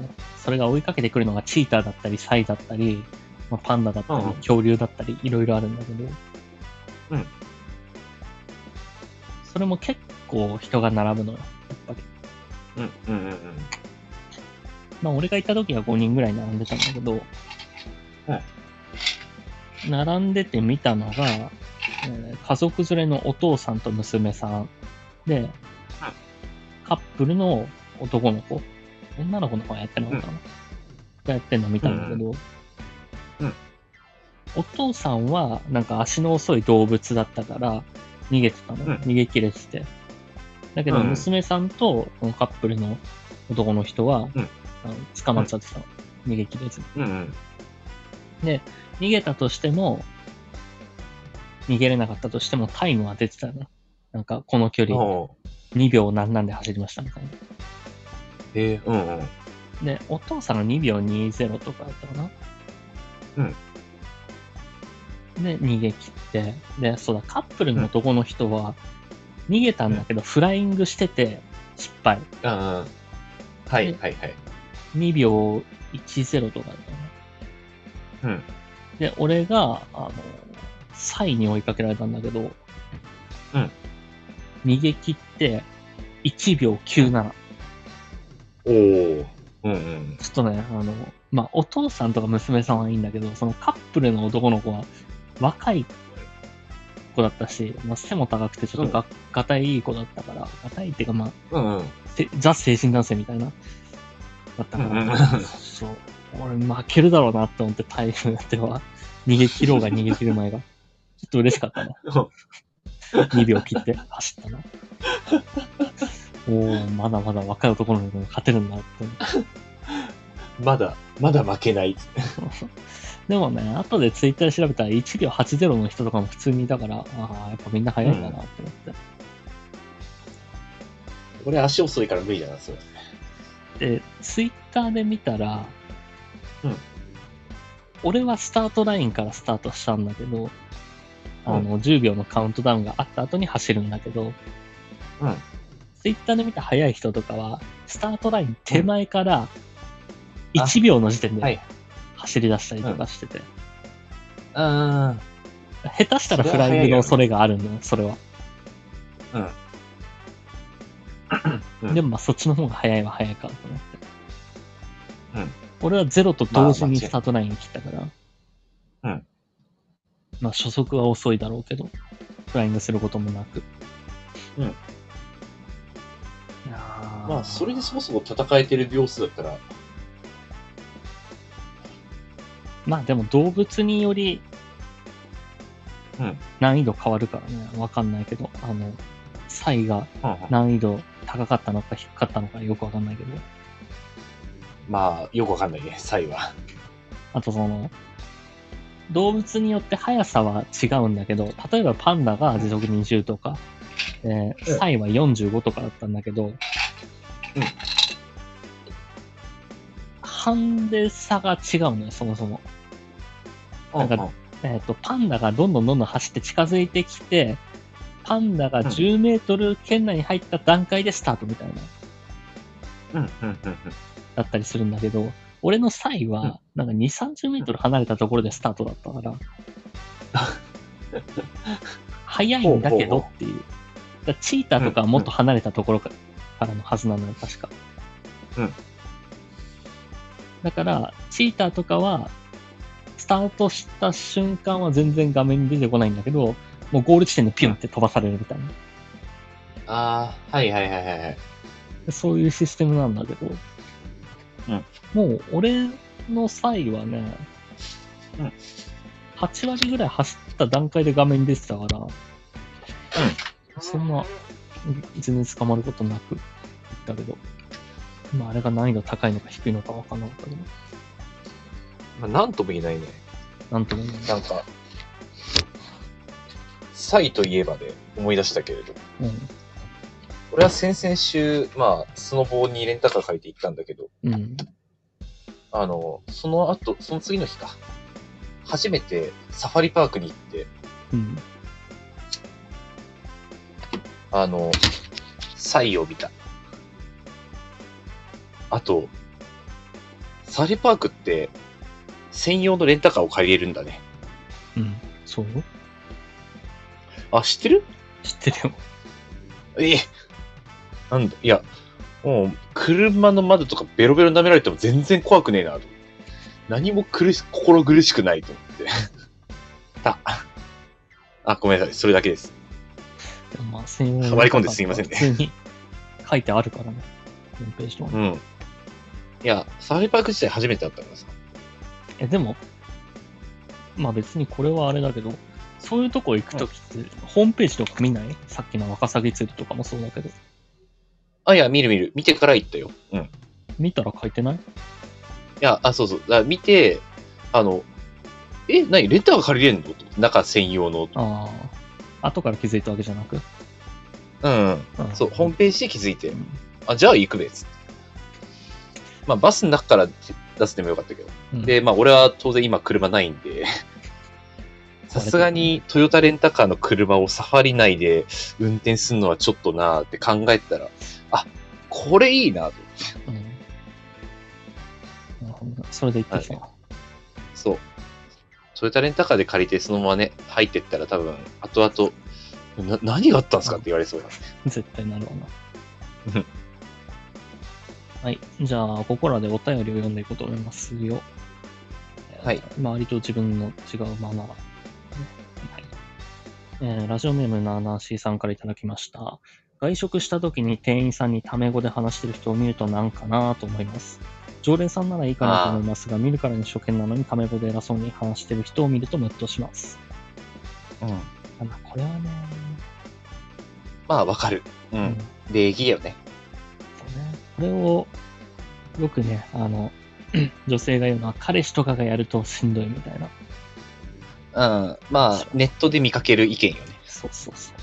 Speaker 1: それが追いかけてくるのがチーターだったり、サイだったり、まあパンダだったり、
Speaker 2: うんうん
Speaker 1: 恐竜だったり、いろいろあるんだけど、
Speaker 2: うん
Speaker 1: それも結構人が並ぶのよ、やっぱり。
Speaker 2: うん、うん、うん、うん。
Speaker 1: まあ、俺が行った時は5人ぐらい並んでたんだけど、
Speaker 2: は
Speaker 1: 並んでて見たのが、えー家族連れのお父さんと娘さんで、カップルの男の子、女の子の方がやってるのかな、がやってるの見たんだけど、
Speaker 2: うん
Speaker 1: お父さんはなんか足の遅い動物だったから逃げてたの、
Speaker 2: うん
Speaker 1: 逃げ切れてて。だけど
Speaker 2: うん
Speaker 1: 娘さんとこのカップルの男の人は、
Speaker 2: うん
Speaker 1: あの捕まっちゃってたの、逃げ切れずに
Speaker 2: うん、うん。
Speaker 1: 逃げたとしても逃げれなかったとしてもタイムは出てたななんかこの距離
Speaker 2: ああ
Speaker 1: 2秒なんなんで走りましたみたいな
Speaker 2: へえうん、うん。
Speaker 1: でお父さんが2秒20とかだったかなうんで逃げ切ってでそうだカップルの男の人は逃げたんだけど、フライングしてて失敗
Speaker 2: ああ。はい、
Speaker 1: で
Speaker 2: はい、はい。
Speaker 1: 2秒10とかだったな
Speaker 2: うん。
Speaker 1: で、俺が、あの、サイに追いかけられたんだけど、
Speaker 2: うん。
Speaker 1: 逃げ切って、1秒97。
Speaker 2: おお。うん、うん。
Speaker 1: ちょっとね、あの、まあ、お父さんとか娘さんはいいんだけど、そのカップルの男の子は、若い子だったし、まあ、背も高くてちょっとが、がたいいい子だったから、がたいっていうか、まあ、
Speaker 2: うん、うん。
Speaker 1: せザ精神男性みたいな、だったか
Speaker 2: うん
Speaker 1: ら、
Speaker 2: うん
Speaker 1: そう、俺負けるだろうなって思ってタイムでは、逃げ切ろうが逃げ切る前が、ちょっと嬉しかったな。2秒切って走ったな。おおまだまだ若い男の子に勝てるんだって思って。
Speaker 3: まだ、まだ負けない。
Speaker 1: でもね、後でツイッターで調べたら1秒80の人とかも普通にいたから、ああ、やっぱみんな早いんだなって思って。
Speaker 3: 俺足遅いから無理だな、それ。
Speaker 1: で、ツイッターで見たら、
Speaker 2: うん
Speaker 1: 俺はスタートラインからスタートしたんだけど、あの、10秒のカウントダウンがあった後に走るんだけど、
Speaker 2: うん
Speaker 1: ツイッターで見た速い人とかは、スタートライン手前から1秒の時点
Speaker 2: は
Speaker 1: で
Speaker 2: い
Speaker 1: 走り出したりとかしてて、
Speaker 2: あ
Speaker 1: 下手したらフライングの恐れがあるのよ、それは。
Speaker 2: あ。
Speaker 1: でもまあそっちの方が早いは早いかと思って。
Speaker 2: うん
Speaker 1: 俺はゼロと同時
Speaker 2: まあ間違い
Speaker 1: に
Speaker 2: ない
Speaker 1: スタートラインに切ったから。
Speaker 2: うん
Speaker 1: まあ初速は遅いだろうけど、フライングすることもなく。
Speaker 2: うん
Speaker 1: いやー
Speaker 3: まあ、それでそもそも戦えてる秒数だったら、
Speaker 1: まあでも動物により
Speaker 2: うん
Speaker 1: 難易度変わるからね、わかんないけど、あの、サイが
Speaker 2: うんうん
Speaker 1: 難易度高かったのか低かったのかよくわかんないけど、
Speaker 3: まあ、よくわかんないね、サイは。
Speaker 1: あとその、動物によって速さは違うんだけど、例えばパンダが時速20とか、えーサイは45とかだったんだけど、ハンデ差が違うのよ、そもそも。
Speaker 2: うんうん
Speaker 1: なんかえっ、と、パンダがどんどんどんどん走って近づいてきて、パンダが
Speaker 2: うん
Speaker 1: 10メートル圏内に入った段階でスタートみたいな、
Speaker 2: うん、うん、うん。
Speaker 1: だったりするんだけど、俺の際
Speaker 2: うん
Speaker 1: は、なんか2、30メートル離れたところでスタートだった から、早いんだけどっていう。だからチーターとかはもっと離れたところかからのはずなのよ、確か。
Speaker 2: うん
Speaker 1: だから、チーターとかは、スタートした瞬間は全然画面に出てこないんだけど、もうゴール地点でピュンって飛ばされるみたいな。
Speaker 2: ああ、はいはいはいはいはい。
Speaker 1: そういうシステムなんだけど、
Speaker 2: うん
Speaker 1: もう俺の際はね、
Speaker 2: うん
Speaker 1: 8割ぐらい走った段階で画面に出てたから、そんな全然捕まることなく行ったけど、まあ、あれが難易度高いのか低いのか分かんなかったけど、
Speaker 2: まあ、なんとも言えないね。
Speaker 1: なんとも言えな
Speaker 2: ないんか、サイといえばで思い出したけれど、俺は先々週、まあ、スノボーにレンタカー借りて行ったんだけど、
Speaker 1: うん。うん。
Speaker 2: あの、その後、その次の日か。初めてサファリパークに行って、
Speaker 1: うん。
Speaker 2: あの、サイを見た。あと、サファリパークって、専用のレンタカーを借りれるんだね。
Speaker 1: うん。そう
Speaker 2: あ、知ってる
Speaker 1: 知ってるよ。
Speaker 2: ええなんだ、いや、もう、車の窓とかベロベロ舐められても全然怖くねえなと思って。何も苦し、心苦しくないと思って。 あ、あ、ごめんなさい。それだけです。
Speaker 1: でもまあ、専用の
Speaker 2: はまり込んですいませんね
Speaker 1: 普通に書いてあるからね。ホームページとかに
Speaker 2: うん。いや、サファリパーク自体初めてだったからさ。
Speaker 1: え、でも、まあ別にこれはあれだけど、そういうとこ行くときって、ホームページとか見ないさっきのワカサギ釣りとかもそうだけど、
Speaker 2: あ、いや、見る見る。見てから行ったよ。うん。い
Speaker 1: 見たら書いてない
Speaker 2: や、あ、そうそう。だから見て、あの、え、何レンタカー借りれんのと思って中専用の。
Speaker 1: ああ。後から気づいたわけじゃなく。
Speaker 2: うん、うん。
Speaker 1: うん
Speaker 2: そう、ホームページで気づいて
Speaker 1: う。ん
Speaker 2: あ、じゃあ行くべ、つって。まあ、バスの中から出すでもよかったけど。
Speaker 1: うん
Speaker 2: で、まあ、俺は当然今車ないん で、さすがにトヨタレンタカーの車をサファリ内で運転するのはちょっとなーって考えてたら、あ、これいいなと。
Speaker 1: うんなるほどねそれで行ってきた。
Speaker 2: そう。トヨタレンタカーで借りてそのままね、入ってったら多分、後々、な何があったんですかって言われそうだね。
Speaker 1: 絶対なるわ
Speaker 2: う。
Speaker 1: なん はい。じゃあ、ここらでお便りを読んでいこうと思いますよ。
Speaker 2: はい
Speaker 1: えー。周りと自分の違うマナー。ねはいえーラジオネームなーなーしーさんからいただきました。外食した時に店員さんにタメ語で話してる人を見るとなんかなと思います。常連さんならいいかなと思いますが、見るからに初見なのにタメ語で偉そうに話してる人を見るとムッとします。
Speaker 2: うん。
Speaker 1: まあ、これはね、
Speaker 2: まあ、わかる。う。
Speaker 1: うん
Speaker 2: 礼儀よね。
Speaker 1: これを、よくね、あの、 女性が言うのは、彼氏とかがやるとしんどいみたいな。
Speaker 2: うん。まあ、ネットで見かける意見よね。
Speaker 1: そうそうそう。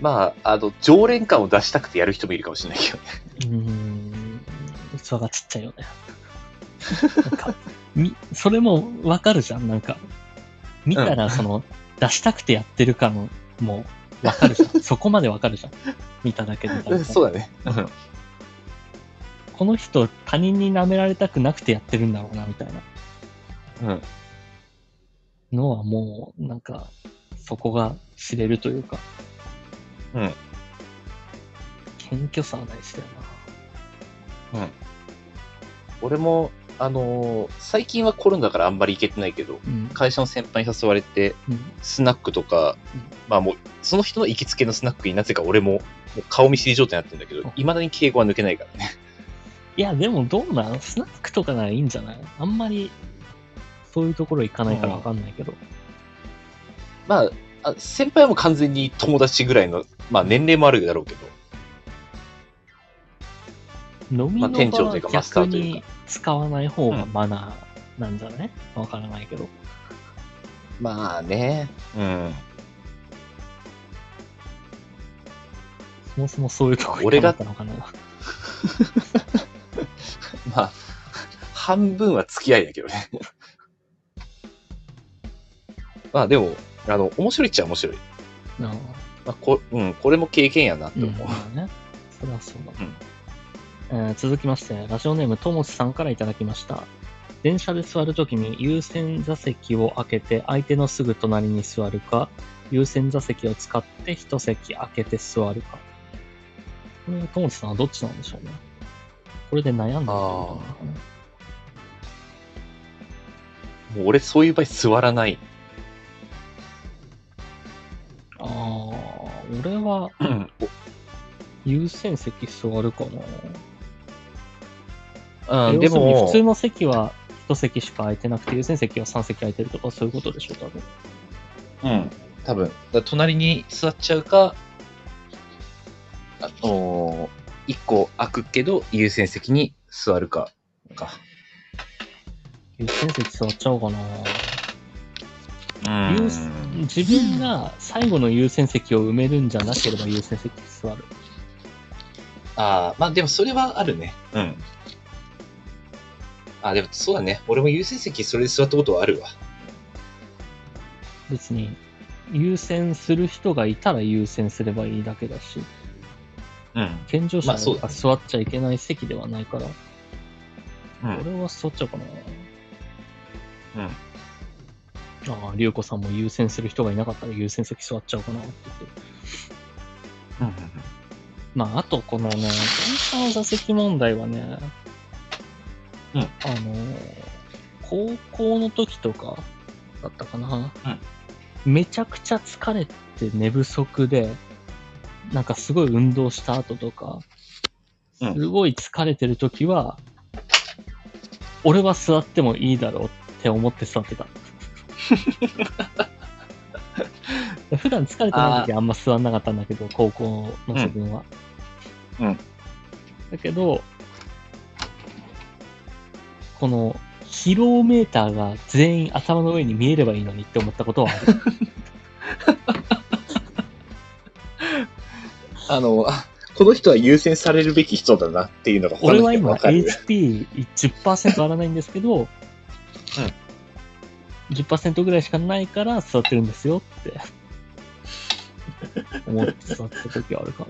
Speaker 2: まあ、あの、常連感を出したくてやる人もいるかもしれないけどね。
Speaker 1: うーん、器がちっちゃいよね。なんか、み、それもわかるじゃん、なんか。見たら、その、出したくてやってる感もわかるじゃ ん。そこまでわかるじゃん。見ただけで大体。
Speaker 2: うだね。
Speaker 1: この人、他人に舐められたくなくてやってるんだろうな、みたいな。
Speaker 2: うん。
Speaker 1: のはもう、なんか、そこが知れるというか。
Speaker 2: うん。
Speaker 1: 謙虚さは大事だよ
Speaker 2: 俺も、あのー最近はコロナだからあんまり行けてないけど、
Speaker 1: な。うん。
Speaker 2: 会社の先輩に誘われて、
Speaker 1: うん
Speaker 2: スナックとか、まあもう、その人の行きつけのスナックになぜか俺も、もう顔見知り状態になってるんだけど、いまだに敬語は抜けないからね。
Speaker 1: いや、でもどうなんスナックとかならいいんじゃないあんまり、そういうところ行かないからわかんないけど。
Speaker 2: まあ、あ先輩はもう完全に友達ぐらいの、まあ年齢もあるだろうけど、
Speaker 1: 飲みの
Speaker 2: まあ店長とい
Speaker 1: 場
Speaker 2: うか
Speaker 1: は
Speaker 2: マスタ
Speaker 1: 逆
Speaker 2: ーというか
Speaker 1: に使わない方がマナーなんじゃないわからないけど。
Speaker 2: まあね。うん。
Speaker 1: そもそもそういうとこ行
Speaker 2: 俺
Speaker 1: かな
Speaker 2: が
Speaker 1: かったのかな。
Speaker 2: まあ、半分は付き合いだけどね。 まあでも、あの、面白いっちゃ面白い。
Speaker 1: なあ
Speaker 2: まあ、こうん、これも経験やなって
Speaker 1: うん
Speaker 2: 思う。
Speaker 1: まあね。それはそうだ。えー続きまして、ラジオネームともちさんからいただきました。電車で座るときに優先座席を空けて相手のすぐ隣に座るか、優先座席を使って一席空けて座るか。これ、ともちさんはどっちなんでしょうね。これで悩んでるってことなのかな
Speaker 2: もう俺そういう場合座らない。
Speaker 1: ああー、俺は
Speaker 2: うん
Speaker 1: 優先席座るかな。
Speaker 2: うん、
Speaker 1: で
Speaker 2: で
Speaker 1: も
Speaker 2: も、
Speaker 1: 普通の席は1席しか空いてなくて優先席は3席空いてるとかそういうことでしょう多分
Speaker 2: うん、多分。だから隣に座っちゃうか、あのー、一個開くけど優先席に座るか、か。
Speaker 1: 優先席座っちゃおうかな
Speaker 2: うん
Speaker 1: 優先自分が最後の優先席を埋めるんじゃなければ優先席座る
Speaker 2: ああ、まあでもそれはあるね。うん。あでもそうだね。俺も優先席それで座ったことはあるわ。
Speaker 1: 別に優先する人がいたら優先すればいいだけだし
Speaker 2: うん。
Speaker 1: 健常者
Speaker 2: まあそう
Speaker 1: が
Speaker 2: だね
Speaker 1: 座っちゃいけない席ではないから、
Speaker 2: うん
Speaker 1: 俺は座っちゃうかな
Speaker 2: うん
Speaker 1: ああ龍子さんも優先する人がいなかったら優先席座っちゃうかなって言って
Speaker 2: うん。
Speaker 1: まあ、あと、このね、電車の座席問題はね、
Speaker 2: うん
Speaker 1: あのー、高校の時とかだったかな、めちゃくちゃ疲れて寝不足で、なんかすごい運動した後とか、
Speaker 2: うん
Speaker 1: すごい疲れてる時は、俺は座ってもいいだろうって思って座 ってた。普段疲れてない時はあんま座んなかったんだけど、高校の自分は。
Speaker 2: うんうん
Speaker 1: だけど、この疲労メーターが全員頭の上に見えればいいのにって思ったことはある。
Speaker 2: あの、あこの人は優先されるべき人だなっていうのが他
Speaker 1: 俺
Speaker 2: の
Speaker 1: は
Speaker 2: 人
Speaker 1: 今
Speaker 2: わかる。
Speaker 1: HP10% 上がらないんですけど、10%ぐらいしかないから座ってるんですよって思って座ってた時はあるか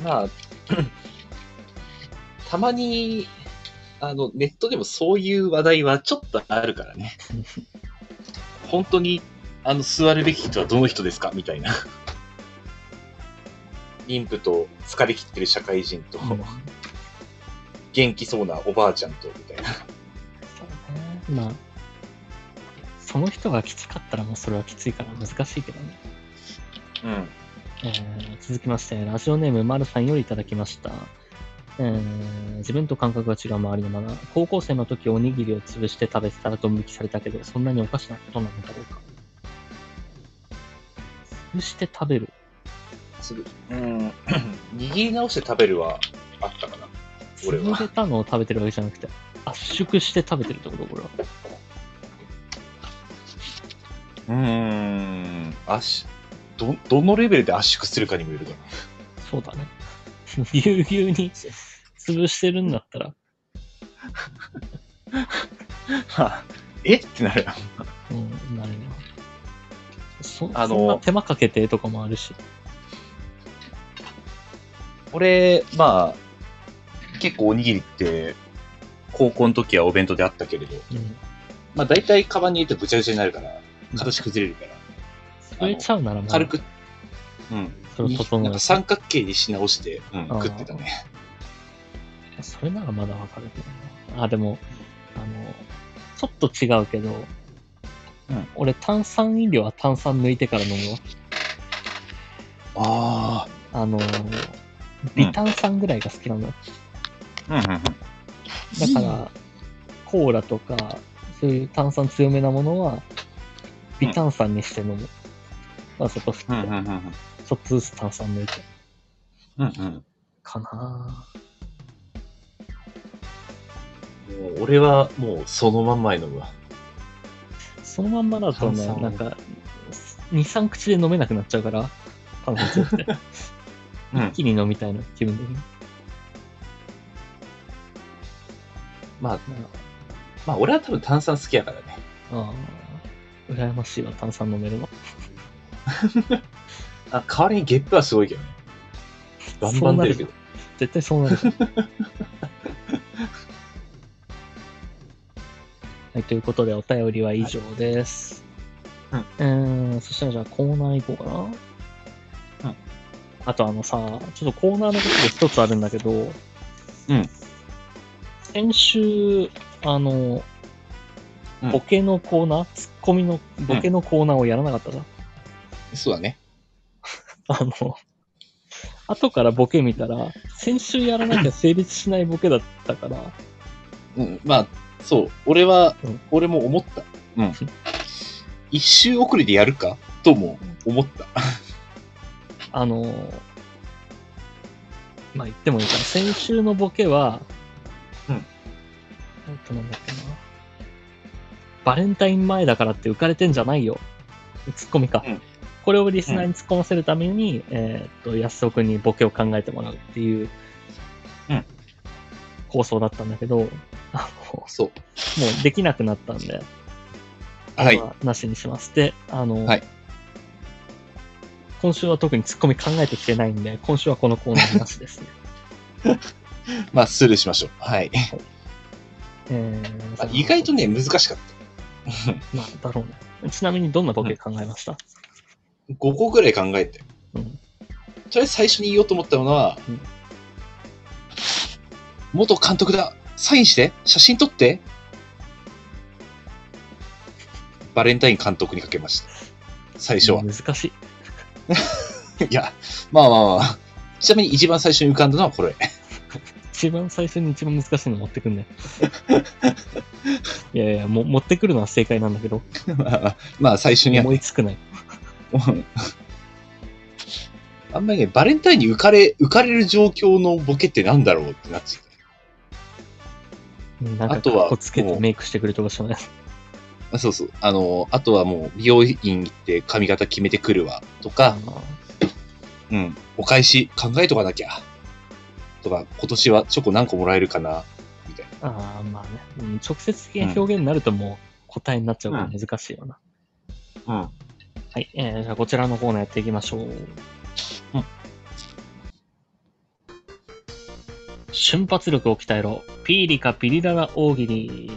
Speaker 1: な。
Speaker 2: まあ、 たまに、あの、ネットでもそういう話題はちょっとあるから ね。本当に、あの、座るべき人はどの人ですかみたいな。妊婦と疲れ切ってる社会人と、元気そうなおばあちゃんと、みたいな。
Speaker 1: そうね。まあ、その人がきつかったらもうそれはきついから難しいけどね。
Speaker 2: うん。
Speaker 1: えー続きまして、ラジオネームまるさんよりいただきました。えー自分と感覚が違う周りのマナー。高校生の時おにぎりを潰して食べてたらドン引きされたけど、そんなにおかしなことなんだろうか。潰して食べる。
Speaker 2: すぐ。うん。 握り直して食べるはあったかな。俺は
Speaker 1: 潰れたのを食べてるわけじゃなくて、圧縮して食べてるってことこれは。
Speaker 2: うーん。圧縮、ど、どのレベルで圧縮するかにもよるだろう
Speaker 1: そうだね。 ぎゅうぎゅうに潰してるんだったら、
Speaker 2: はあ えってなるよ。
Speaker 1: うん、なるな。そ
Speaker 2: あの
Speaker 1: そんな手間かけてとかもあるし。
Speaker 2: 俺、まあ、結構おにぎりって、高校の時はお弁当であったけれど、
Speaker 1: うん。
Speaker 2: まあ大体カバンに入れてぐちゃぐちゃになるから、形崩れるから、
Speaker 1: 潰れちゃうならもう、
Speaker 2: 軽く、うん、
Speaker 1: それを整
Speaker 2: な
Speaker 1: え
Speaker 2: ん
Speaker 1: て
Speaker 2: か三角形にし直して、うん
Speaker 1: あー
Speaker 2: 食ってたね。
Speaker 1: それならまだわかるけどな。あ、でも、あの、ちょっと違うけど、
Speaker 2: うん
Speaker 1: 俺炭酸飲料は炭酸抜いてから飲むわ。
Speaker 2: あ
Speaker 1: あの、微炭酸ぐらいが好きなの。
Speaker 2: あ、うんうんうん。
Speaker 1: だから、コーラとか、そういう炭酸強めなものは、微炭酸にして飲む。わざと振って、
Speaker 2: うんうんうん
Speaker 1: ちょっとずつ炭酸抜いて。
Speaker 2: うんうん
Speaker 1: かな
Speaker 2: うん。もう俺はもうそのまんまに飲むわ。
Speaker 1: ぁそのまんまだとね
Speaker 2: 炭、酸
Speaker 1: なんか、2、3口で飲めなくなっちゃうから、炭酸強くて。
Speaker 2: うん
Speaker 1: 一。気に飲みたいの、気分的に。
Speaker 2: まあ、まあ俺は多分炭酸好きやからね。
Speaker 1: ああ。羨ましいわ、炭酸飲めるの。
Speaker 2: あ、代わりにゲップはすごいけどね。バンバン出るけど。
Speaker 1: 絶対 そうなる。はい、ということで、お便りは以上です。
Speaker 2: はい
Speaker 1: うん、そしたらじゃあコーナー行こうかな。
Speaker 2: うん
Speaker 1: あとあのさ、ちょっとコーナーのことで一つあるんだけど、
Speaker 2: うん。
Speaker 1: 先週、あの
Speaker 2: うん、
Speaker 1: ボケのコーナー、ツッコミのボケのコーナーをやらなかったじゃん。
Speaker 2: そうだね。
Speaker 1: あの、後からボケ見たら、先週やらなきゃ成立しないボケだったから、
Speaker 2: うん、まあ、そう。俺は、
Speaker 1: うん
Speaker 2: 俺も思った。うん。一周遅れでやるかとも思った。
Speaker 1: あの、まあ言ってもいいかな。先週のボケは、
Speaker 2: うん。
Speaker 1: えっとなんだっけな。バレンタイン前だからって浮かれてんじゃないよ。ツッコミか。
Speaker 2: うん
Speaker 1: これをリスナーに突っ込ませるために、えーっと、安尾くんにボケを考えてもらうっていう、
Speaker 2: うん。
Speaker 1: 構想だったんだけど、あの、
Speaker 2: そう。
Speaker 1: もうできなくなったんで、
Speaker 2: はい。
Speaker 1: まあなしにします。で、あの、
Speaker 2: はい
Speaker 1: 今週は特にツッコミ考えてきてないんで、今週はこのコーナーなしですね。
Speaker 2: まあ、スルーしましょう。はい。
Speaker 1: えー
Speaker 2: あ意外と。ね、難しかった。
Speaker 1: まあ、だろうね。ちなみにどんなボケ考えました、
Speaker 2: 5個ぐらい考えて。
Speaker 1: うん
Speaker 2: とりあえず最初に言おうと思ったのは、
Speaker 1: うん
Speaker 2: 元監督だサインして写真撮ってバレンタイン監督にかけました。最初は。
Speaker 1: 難しい。
Speaker 2: いや、まあまあまあ。ちなみに一番最初に浮かんだのはこれ。
Speaker 1: 一番最初に一番難しいの持ってくん ね。いやいや、も持ってくるのは正解なんだけど、
Speaker 2: まあ最初にやっ
Speaker 1: 思いつくない。
Speaker 2: うんあんまりね、バレンタインに浮かれ、浮かれる状況のボケってなんだろうってなっちゃ
Speaker 1: うんなん
Speaker 2: あ
Speaker 1: か、
Speaker 2: とは
Speaker 1: かっこつけ
Speaker 2: も
Speaker 1: て
Speaker 2: う
Speaker 1: メイクしてくれてほしくない。
Speaker 2: うあそうそう。あの、あとはもう、美容院行って髪型決めてくるわ、とか、
Speaker 1: の
Speaker 2: うん、お返し考えとかなきゃ、とか、今年はチョコ何個もらえるかな、みたい
Speaker 1: ああ、まあね、うん直接的な表現になるともう答えになっちゃうから難しいよな。
Speaker 2: な。うん。
Speaker 1: はい、えーじゃあこちらのコーナーやっていきましょう。瞬発力を鍛えろ。ピーリカピリララ大喜利。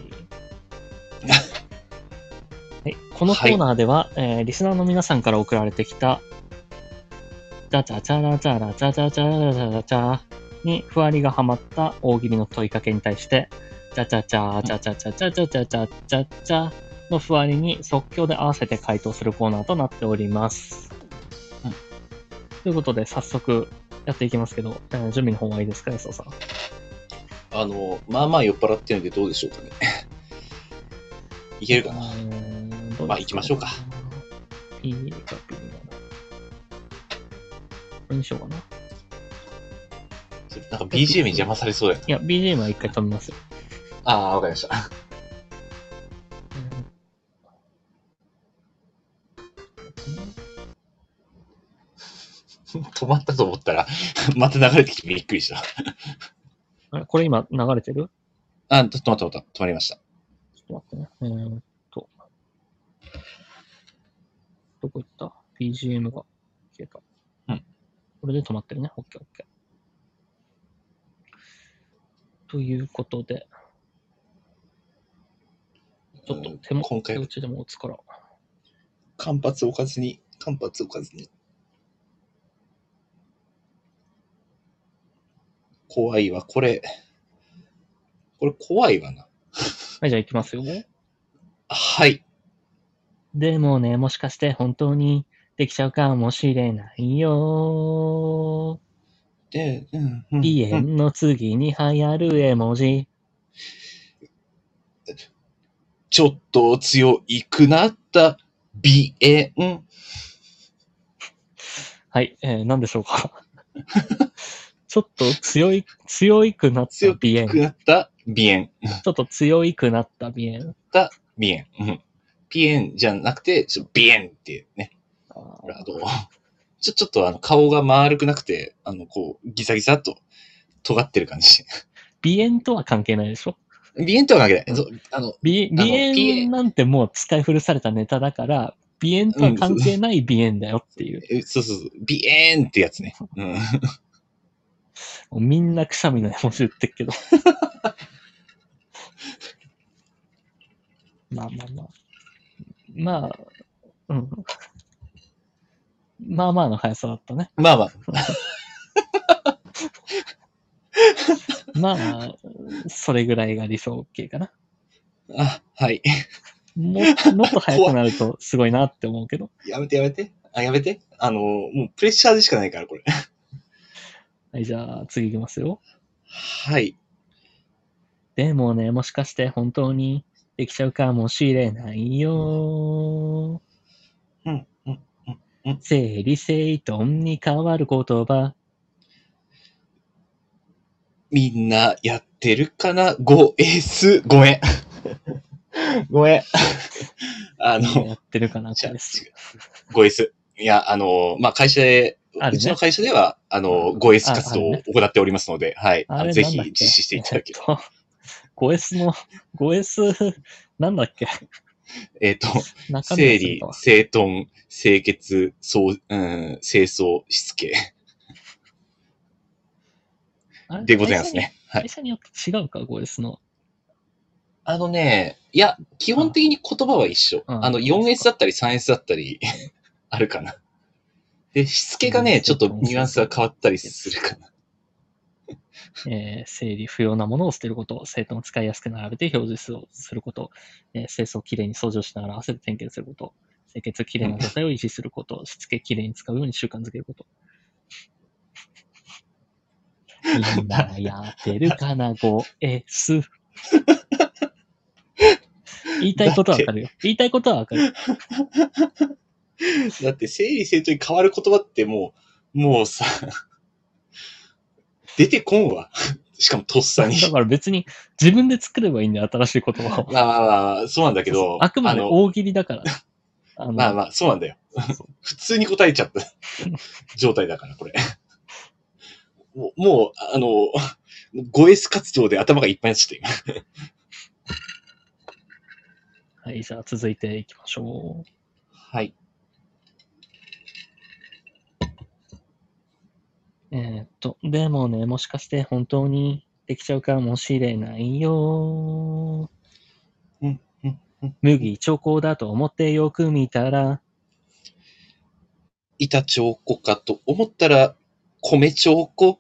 Speaker 1: はい、このコーナーでは、えーリスナーの皆さんから送られてきた、チャチャチャラチャラチャチャチャラチャラチャにふわりがはまった大喜利の問いかけに対して、チャチャチャチャチャチャチャチャチャチャチャチャのふわりに即興で合わせて回答するコーナーとなっております。
Speaker 2: うん
Speaker 1: ということで、早速やっていきますけど、えー準備の方はいいですか、安尾さん。
Speaker 2: あの、まあまあ酔っ払ってるんでどうでしょうかね。いけるかな。
Speaker 1: うーんどうですかね
Speaker 2: まあ行きましょうか。
Speaker 1: いいか、ピーだな。何しようかな。い
Speaker 2: それなんか BGM に邪魔されそうだよね。
Speaker 1: や、BGM は一回止めますよ。
Speaker 2: ああ、わかりました。 止まったと思ったら、 また流れてきてびっくりした。
Speaker 1: あれこれ今流れてる
Speaker 2: あ、ちょっと待った待った。止まりました。
Speaker 1: ちょっと待ってね。えーっと。どこ行った ?BGM が消えた。
Speaker 2: うん。
Speaker 1: これで止まってるね。OKOK。ということで、ちょっと手
Speaker 2: うん
Speaker 1: も、
Speaker 2: 今
Speaker 1: 手打
Speaker 2: 回、
Speaker 1: ちでも打つから。
Speaker 2: 間髪置かずに、間髪置かずに。怖いわ、これ。これ怖いわな。
Speaker 1: はい、じゃあ行きますよ。
Speaker 2: はい。
Speaker 1: でもね、もしかして本当にできちゃうかもしれないよ。
Speaker 2: で、うん、うん。
Speaker 1: 鼻
Speaker 2: う
Speaker 1: 炎
Speaker 2: ん
Speaker 1: の次に流行る絵文字。
Speaker 2: ちょっと強いくなった、鼻炎。
Speaker 1: はい、えー、何でしょうか。 ちょっと強い、強いくなった
Speaker 2: 強
Speaker 1: 鼻
Speaker 2: いく
Speaker 1: 炎。
Speaker 2: なった、鼻炎。
Speaker 1: ちょっと強いくなった鼻炎。
Speaker 2: 鼻炎。うん。鼻炎じゃなくて、ちょっと鼻炎ってね。
Speaker 1: あ
Speaker 2: ほらあの、ちょ、ちょっとあの、顔が丸くなくて、あの、こう、ギザギザっと尖ってる感じ。
Speaker 1: ー鼻炎とは関係ないでしょ
Speaker 2: ビエンとは関係ない。そうあの、
Speaker 1: ビ
Speaker 2: あの
Speaker 1: 鼻
Speaker 2: PA
Speaker 1: 炎なんてもう使い古されたネタだから、鼻炎とは関係ない鼻炎だよっていう。
Speaker 2: えそうそうそう、ビエンってやつね。うん。
Speaker 1: もうみんなくしゃみの絵文字言ってっ けど。まあまあまあ。まあ、うん。まあまあの速さだったね。
Speaker 2: まあまあ、
Speaker 1: まあ、それぐらいが理想系かな。
Speaker 2: あ、はい。
Speaker 1: もっともっと速くなるとすごいなって思うけど。
Speaker 2: やめてやめて。あ、やめて。あの、もうプレッシャーでしかないから、これ。
Speaker 1: はい、じゃあ次いきますよ。
Speaker 2: はい。
Speaker 1: でもね、もしかして本当にできちゃうかもしれないよ。
Speaker 2: うん、うん。
Speaker 1: 整理整頓に変わる言葉。
Speaker 2: みんなやってるかな ?5S。ごめん。 ごめん。 あの、
Speaker 1: やってるかな、こ
Speaker 2: じゃあ
Speaker 1: れす。
Speaker 2: 5S。いや、あの、まあ、会社で、
Speaker 1: あるね
Speaker 2: うちの会社では、あの、5S
Speaker 1: あ
Speaker 2: 活
Speaker 1: あ
Speaker 2: 動
Speaker 1: る
Speaker 2: を
Speaker 1: ね
Speaker 2: 行っておりますので、はい。あ
Speaker 1: あ
Speaker 2: の
Speaker 1: れ
Speaker 2: ぜ
Speaker 1: なん
Speaker 2: ひ
Speaker 1: だっけ
Speaker 2: 実施していただけ
Speaker 1: えっと 5S の、5S、なんだっけ
Speaker 2: えっと、
Speaker 1: 中身
Speaker 2: 整
Speaker 1: 忘れ
Speaker 2: 理
Speaker 1: たわ、
Speaker 2: 整頓、清潔、そう、うん、清掃、しつけ
Speaker 1: あれ
Speaker 2: でございますね。はい
Speaker 1: 会。社に会社によって違うか、5S の。
Speaker 2: あのね、いや、基本的に言葉は一緒。
Speaker 1: うん
Speaker 2: あの、
Speaker 1: うんそうです
Speaker 2: 4S だったり 3S だったり、 あるかな。で、しつけがね、ちょっとニュアンスが変わったりするかな。
Speaker 1: えー整理不要なものを捨てること、整頓を使いやすく並べて表示をすること、えー清掃をきれいに掃除をしながら汗で点検すること、清潔きれいな状態を維持すること、しつけきれいに使うように習慣づけること。みんなやってるかな、5S。言いたいことはわ かるよ。言いたいことはわかる。
Speaker 2: だって、整理整頓に変わる言葉ってもう、もうさ、出てこんわ。しかもとっさ に。
Speaker 1: だから別に自分で作ればいいんだよ、新しい言葉を。
Speaker 2: まあまあまあ、そうなんだけど、
Speaker 1: あくまで
Speaker 2: の
Speaker 1: 大喜利だから。あの
Speaker 2: まあまあ、そうなんだよ。 普通に答えちゃった 状態だから、これ。もう、もうあの、5S 活動で頭がいっぱいになっちゃった、今。
Speaker 1: はい、じゃあ続いていきましょう。
Speaker 2: はい。
Speaker 1: えーっと、でもね、もしかして本当にできちゃうかもしれないよ。
Speaker 2: うんうんうん
Speaker 1: 麦チョコだと思ってよく見たら、
Speaker 2: 板彫子かと思ったら、米彫子。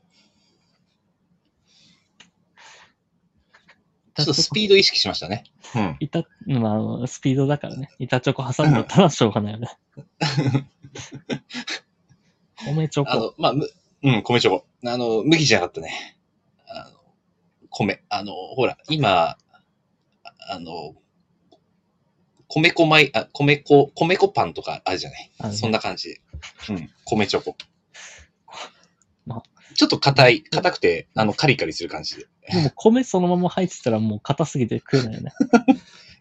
Speaker 2: ちょっとスピード意識しましたね。うん。
Speaker 1: いた、まあ、スピードだからね。板チョコ挟んだったらしょうがないよね。米チョ
Speaker 2: あ
Speaker 1: コ。
Speaker 2: の、まあ、むうん、米チョコ。あの、麦じゃなかったね。あの、米。あの、ほら、今、あの、米粉米、あ、米粉、米粉パンとかあるじゃない。
Speaker 1: あのね
Speaker 2: そんな感じで。うん、米チョコ
Speaker 1: ま。
Speaker 2: ちょっと硬い、硬くて、あの、カリカリする感じで。
Speaker 1: でも米そのまま入ってたらもう硬すぎて食えないよね。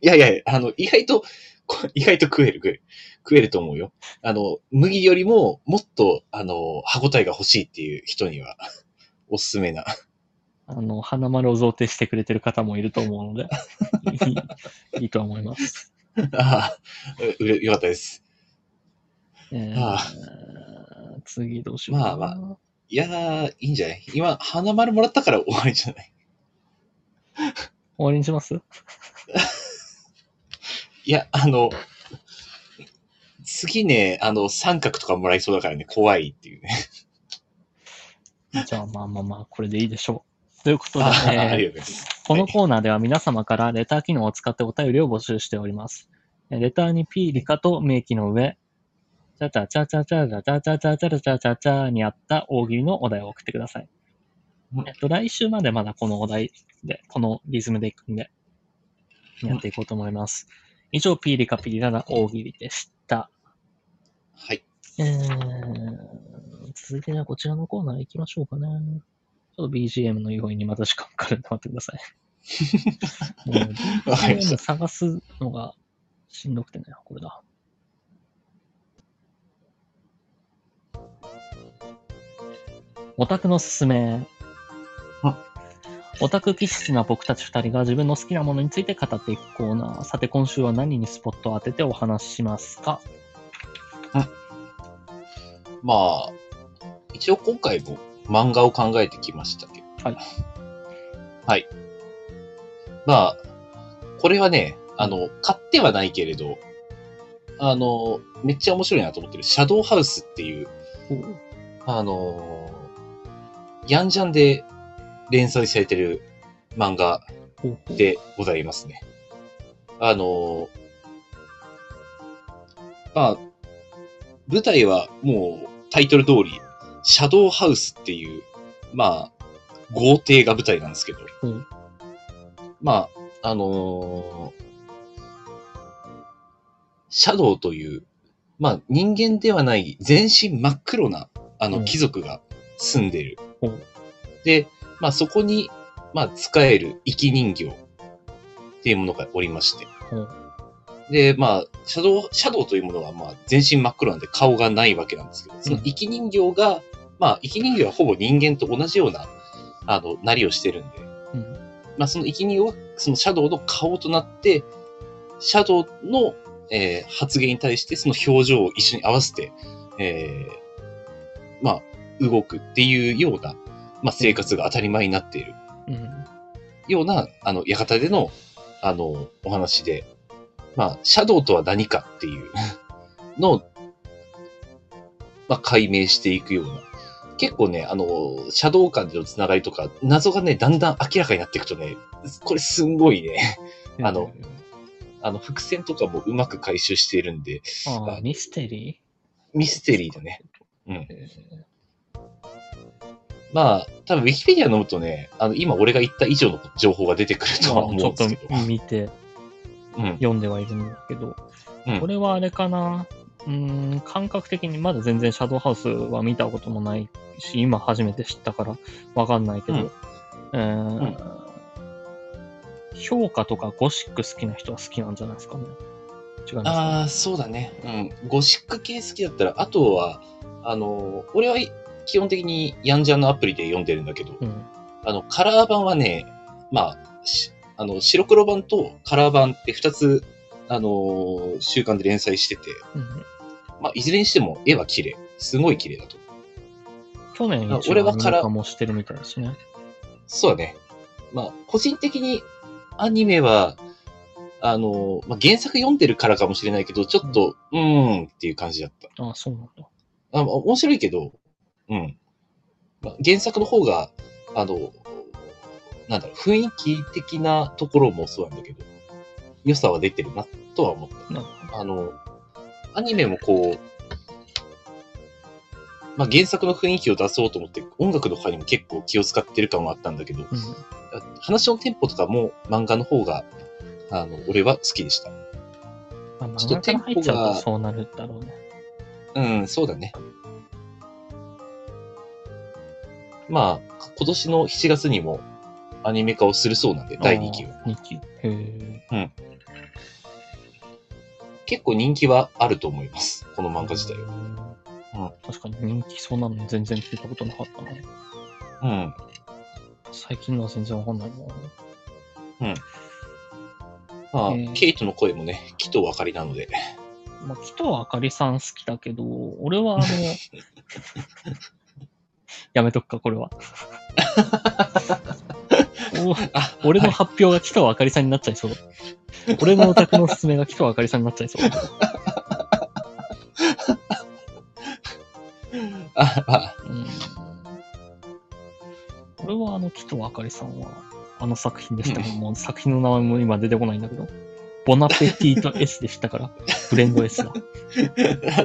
Speaker 2: いやいやいや、あの、意外と、こ意外と食える、食える。食えると思うよ。あの、麦よりも、もっと、あの、歯応えが欲しいっていう人には、おすすめな。
Speaker 1: あの、花丸を贈呈してくれてる方もいると思うので、いいいいと思います。
Speaker 2: ああ、うれよかったです。
Speaker 1: え
Speaker 2: あ
Speaker 1: ー、次どうしようかな。
Speaker 2: まあいやー、いいんじゃない今、花丸もらったから終わりじゃない
Speaker 1: 終わりにします
Speaker 2: いや、あの、次ね、あの、三角とかもらいそうだからね、怖いっていうね。
Speaker 1: じゃあまあまあまあ、これでいいでしょう。ということで、
Speaker 2: あー
Speaker 1: えー
Speaker 2: ありがとうございます。
Speaker 1: このコーナーでは皆様からレター機能を使ってお便りを募集しております。えーレターに P リカと名記の上、チャチャチャチャチャチャチャチャチャチャチャチャチャにあった大喜利のお題を送ってください
Speaker 2: うん。
Speaker 1: えっと、来週までまだこのお題で、このリズムでいくんで、やっていこうと思います。以上、P リカ P リラな大喜利でした。
Speaker 2: はい。
Speaker 1: えー続いてじゃあこちらのコーナー行きましょうかね。ちょっと BGM の用意にまた時間かかるんで待ってくださ い。もう
Speaker 2: わかりまし
Speaker 1: BGM 探すのがしんどくてね、これだ。オタクのすすめ
Speaker 2: あ。
Speaker 1: オタク気質な僕たち2人が自分の好きなものについて語っていくコーナー。さて、今週は何にスポットを当ててお話ししますか
Speaker 2: まあ、一応今回も漫画を考えてきましたけど。
Speaker 1: はい。
Speaker 2: はい。まあ、これはね、あの、買ってはないけれど、あの、めっちゃ面白いなと思ってる、シャドウハウスっていう、あのー、ヤンジャンで連載されてる漫画でございますね。あのー、まあ、舞台はもうタイトル通り、シャドウハウスっていう、まあ、豪邸が舞台なんですけど、
Speaker 1: うん
Speaker 2: まあ、あのーシャドウという、まあ人間ではない全身真っ黒な、あ
Speaker 1: う
Speaker 2: の
Speaker 1: ん
Speaker 2: 貴族が住んでる。
Speaker 1: うん
Speaker 2: で、まあそこに、まあ使える生き人形っていうものがおりまして。
Speaker 1: うん
Speaker 2: で、まあ、シャドウ、シャドウというものは、まあ、全身真っ黒なんで顔がないわけなんですけど、その生き人形が、まあ、生き人形はほぼ人間と同じような、あの、なりをしてるんで、
Speaker 1: うん
Speaker 2: まあ、その生き人形は、そのシャドウの顔となって、シャドウの、えー発言に対して、その表情を一緒に合わせて、えーまあ、動くっていうような、まあ、生活が当たり前になっている。
Speaker 1: うん
Speaker 2: ような、あの、館での、あの、お話で、まあ、シャドウとは何かっていうのを、まあ、解明していくような。結構ね、あの、シャドウ間でのつながりとか、謎がね、だんだん明らかになっていくとね、これすんごいね、あの、あの、伏線とかもうまく回収しているんで、
Speaker 1: あーミステリ
Speaker 2: ミステリーだね。うん。
Speaker 1: ー
Speaker 2: まあ、多分ウィキペディア飲むとね、あの、今俺が言った以上の情報が出てくるとは
Speaker 1: まあち
Speaker 2: 思う
Speaker 1: ょ
Speaker 2: ん
Speaker 1: っと
Speaker 2: ですけど。
Speaker 1: 見て
Speaker 2: うん。
Speaker 1: 読んではいるんだけど、
Speaker 2: うん
Speaker 1: これはあれかなうーん感覚的にまだ全然シャドウハウスは見たこともないし今初めて知ったからわかんないけど、
Speaker 2: うん
Speaker 1: えー評価とかゴシック好きな人は好きなんじゃないですかね違いますか
Speaker 2: ああ、そうだね。うん。ゴシック系好きだったら、あとは、あの、俺はい基本的にヤンジャンのアプリで読んでるんだけど、
Speaker 1: うん
Speaker 2: あの、カラー版はね、まあ、しあの、白黒版とカラー版って2つ、あのー週刊で連載してて、
Speaker 1: うん
Speaker 2: まあ、いずれにしても絵は綺麗。すごい綺麗だと。
Speaker 1: 去年一応
Speaker 2: 俺はから
Speaker 1: アニメ化もしてるみたいですね
Speaker 2: そうだね。まあ、個人的にアニメは、あのーまあ、原作読んでるからかもしれないけど、ちょっと、うーんっていう感じだった。
Speaker 1: ああそうなんだ
Speaker 2: あまあ面白いけど、うん。まあ、原作の方が、あの、なんだろう、雰囲気的なところもそうなんだけど、良さは出てるなとは思った。
Speaker 1: なる
Speaker 2: あの、アニメもこう、まあ、原作の雰囲気を出そうと思って、音楽とかにも結構気を使ってる感はあったんだけど、
Speaker 1: うん
Speaker 2: 話のテンポとかも漫画の方が、あの、俺は好きでした。
Speaker 1: まあ、漫
Speaker 2: ちょっ
Speaker 1: 画か
Speaker 2: と
Speaker 1: ら入っちゃうとそうなるだろうね
Speaker 2: うん、そうだね。まあ、今年の7月にもアニメ化をするそうなんで、第2期を。
Speaker 1: あー二期へえ
Speaker 2: 結構人気はあると思います、この漫画自体は。
Speaker 1: うん確かに人気そうなのに全然聞いたことなかったな。
Speaker 2: うん。
Speaker 1: 最近のは全然わかんないな。
Speaker 2: まあ、
Speaker 1: えー
Speaker 2: ケイトの声もね、木とあかりなので。
Speaker 1: まあ、木戸あかりさん好きだけど、俺はあ の、やめとくか、これ は。
Speaker 2: あ、
Speaker 1: お俺の
Speaker 2: はい
Speaker 1: 発表が木戸あかりさんになっちゃいそう。俺のオタクの勧めが木戸あかりさんになっちゃいそう。
Speaker 2: ああ
Speaker 1: うん、俺はあの木戸あかりさんは、あの作品でしたけど、もう作品の名前も今出てこないんだけど、ボナペティと S でした から、ブレンド S が。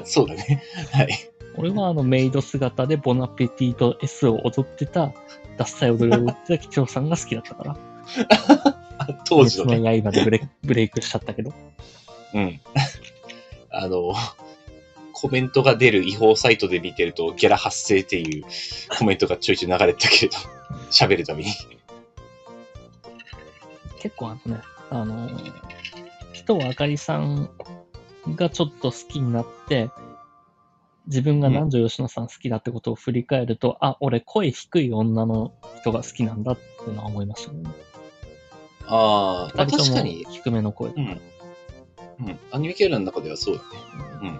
Speaker 2: そうだね。はい。
Speaker 1: 俺はあのメイド姿でボナペティと S を踊ってた、ダッサい踊りを踊ってた機長さんが好きだったから、
Speaker 2: あ当時のね
Speaker 1: 鬼。滅の刃でブレブレイクしちゃったけど、
Speaker 2: うん。あの、コメントが出る違法サイトで見てると、ギャラ発生っていうコメントがちょいちょい流れてたけれど、喋るたびに。
Speaker 1: 結構あのね、あのー、人はあかりさんがちょっと好きになって、自分が南條吉野さん好きだってことを振り返ると、あ、俺声低い女の人が好きなんだっていうのは思いましたね。
Speaker 2: あーま
Speaker 1: 二
Speaker 2: あ、
Speaker 1: 人と
Speaker 2: 確
Speaker 1: も
Speaker 2: かに、
Speaker 1: 低めの声だ
Speaker 2: う
Speaker 1: か
Speaker 2: ん。うん。アニメキャラの中ではそうだね。う
Speaker 1: ら
Speaker 2: ん。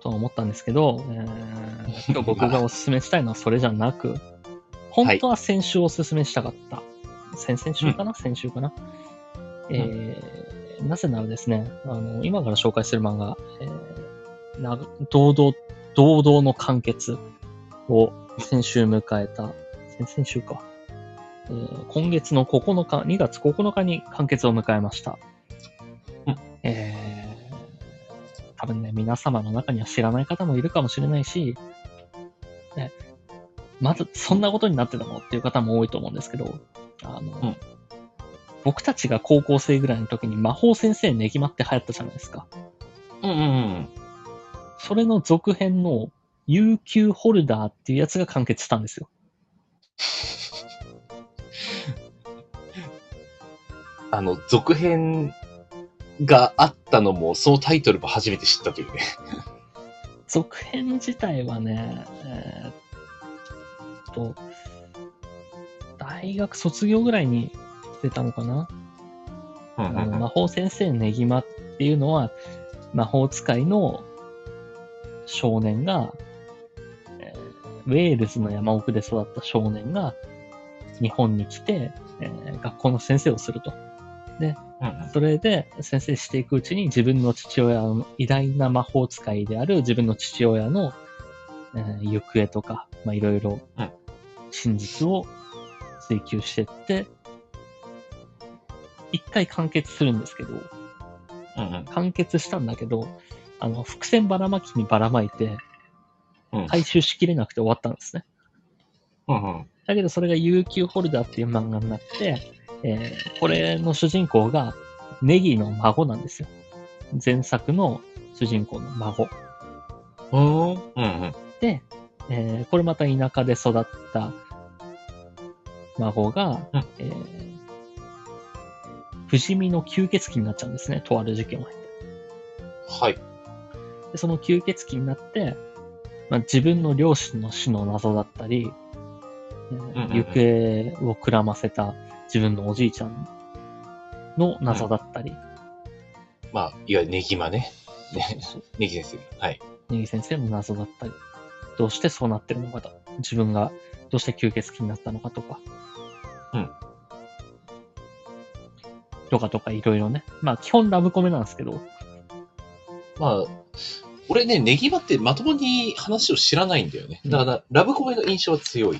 Speaker 1: とは思ったんですけど、えー 今日僕がおすすめしたいのはそれじゃなく、本当は先週おすすめしたかった。先々週かな、先週かな、えーなぜならですね、あの、今から紹介する漫画、えーな堂々、堂々の完結を先週迎えた、先々週か。えー今月の9日、2月9日に完結を迎えました。
Speaker 2: うん
Speaker 1: えー多分ね、皆様の中には知らない方もいるかもしれないし、ね、まずそんなことになってたのっていう方も多いと思うんですけど、あの、
Speaker 2: うん
Speaker 1: 僕たちが高校生ぐらいの時に魔法先生ねぎまって流行ったじゃないですか。
Speaker 2: うんうん
Speaker 1: それの続編の UQ ホルダーっていうやつが完結したんですよ。
Speaker 2: あの、続編があったのも、そのタイトルも初めて知ったというね。
Speaker 1: 続編自体はね、えーっと、大学卒業ぐらいに出たのかな、
Speaker 2: うん
Speaker 1: あの魔法先生ネギマっていうのは、魔法使いの少年が、えーウェールズの山奥で育った少年が、日本に来て、えー学校の先生をすると。それで先生していくうちに自分の父親の偉大な魔法使いである自分の父親の、えー行方とか、まあ、いろいろ
Speaker 2: うん
Speaker 1: 真実を追求してって、一回完結するんですけど、
Speaker 2: うんうん。
Speaker 1: 完結したんだけど、あの、伏線ばらまきにばらまいて
Speaker 2: うん、
Speaker 1: 回収しきれなくて終わったんですね。
Speaker 2: うんうん。
Speaker 1: だけどそれが UQ ホルダーっていう漫画になって、えーこれの主人公がネギの孫なんですよ。前作の主人公の孫。
Speaker 2: うんうん。
Speaker 1: で、えーこれまた田舎で育った孫が、
Speaker 2: うん
Speaker 1: えー不死身の吸血鬼になっちゃうんですね。とある事件を経て。
Speaker 2: はい。
Speaker 1: でその吸血鬼になって、まあ、自分の両親の死の謎だったり、えー
Speaker 2: うん
Speaker 1: 行方をくらませた自分のおじいちゃんの謎だったり、
Speaker 2: まあ、いわゆるネギマね。
Speaker 1: そうそうそう
Speaker 2: ネギ先生。はい。
Speaker 1: ネギ先生の謎だったり、どうしてそうなってるのかと、自分がどうして吸血鬼になったのかとか、
Speaker 2: うん。
Speaker 1: とかとかいろいろね。まあ基本ラブコメなんですけど、
Speaker 2: まあ、俺ね、ネギマってまともに話を知らないんだよね。だから、ラブコメの印象は強い。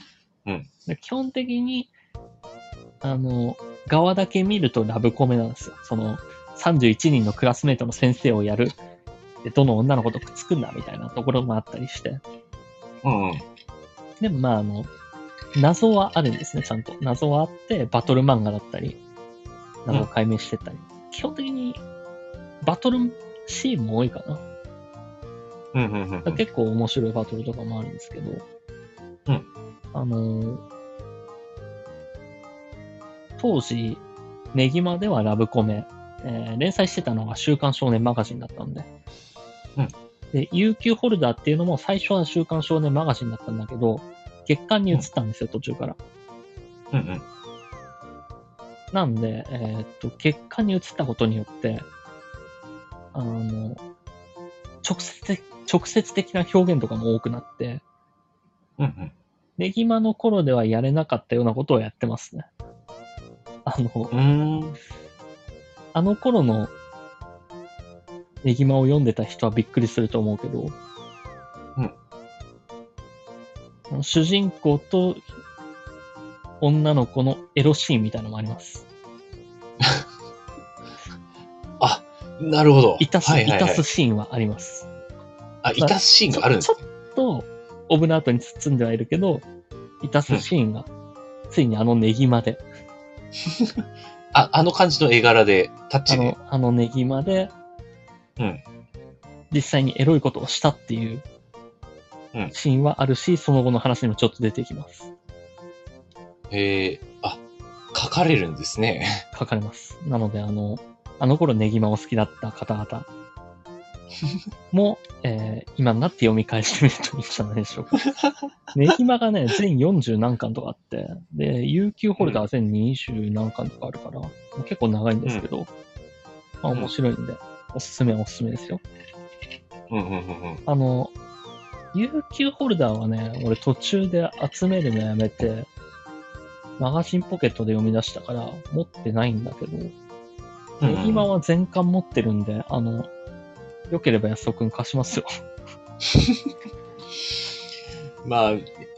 Speaker 1: で基本的に、あの、側だけ見るとラブコメなんですよ。その、31人のクラスメートの先生をやる。で、どの女の子とくっつくんだみたいなところもあったりして。
Speaker 2: うんうん。
Speaker 1: でも、まあ、あの、謎はあるんですね、ちゃんと。謎はあって、バトル漫画だったり、謎を解明してったり。基本的に、バトルシーンも多いかな。
Speaker 2: うんうんうんうん。
Speaker 1: 結構面白いバトルとかもあるんですけど、
Speaker 2: うん
Speaker 1: あのー当時、ネギマではラブコメ、えー連載してたのが週刊少年マガジンだったんで、
Speaker 2: うん
Speaker 1: で、UQ ホルダーっていうのも最初は週刊少年マガジンだったんだけど、月刊に移ったんですよ、途中から。
Speaker 2: うんうん。
Speaker 1: なんで、えーっと、月間に移ったことによって、あの、直接的、直接的な表現とかも多くなって、
Speaker 2: うんうん。
Speaker 1: ネギマの頃ではやれなかったようなことをやってますね。あの、
Speaker 2: うーん。
Speaker 1: あの頃のネギマを読んでた人はびっくりすると思うけど、
Speaker 2: うん
Speaker 1: あの主人公と女の子のエロシーンみたいなのもあります。
Speaker 2: あ、なるほど。
Speaker 1: いたす、
Speaker 2: はいいはい
Speaker 1: た
Speaker 2: はい
Speaker 1: す。シーンはあります。
Speaker 2: あ、いたすシーンがあるんですね。
Speaker 1: ちょっとオブラートに包んではいるけど、いたすシーンが、ついにあのネギまで、
Speaker 2: あ、あの感じの絵柄で、タッ
Speaker 1: あ
Speaker 2: チで
Speaker 1: の。あのネギまで、
Speaker 2: うん
Speaker 1: 実際にエロいことをしたっていう
Speaker 2: うん
Speaker 1: シーンはあるし、その後の話にもちょっと出てきます。
Speaker 2: へえ、あ、書かれるんですね。
Speaker 1: 書かれます。なので、あの、あの頃ネギマを好きだった方々、も、えー今になって読み返してみるといいんじゃないでしょう か。ねひまがね、全40何巻とかあって、で、UQ ホルダー全20何巻とかあるから、結構長いんですけど、まあ面白いんで、おすすめはおすすめですよ。
Speaker 2: うんうんうんうん。
Speaker 1: あの、UQ ホルダーはね、俺途中で集めるのやめて、マガジンポケットで読み出したから持ってないんだけど、
Speaker 2: うんうん
Speaker 1: 今は全巻持ってるんで、あの、良ければ安尾くん貸しますよ。
Speaker 2: まあ、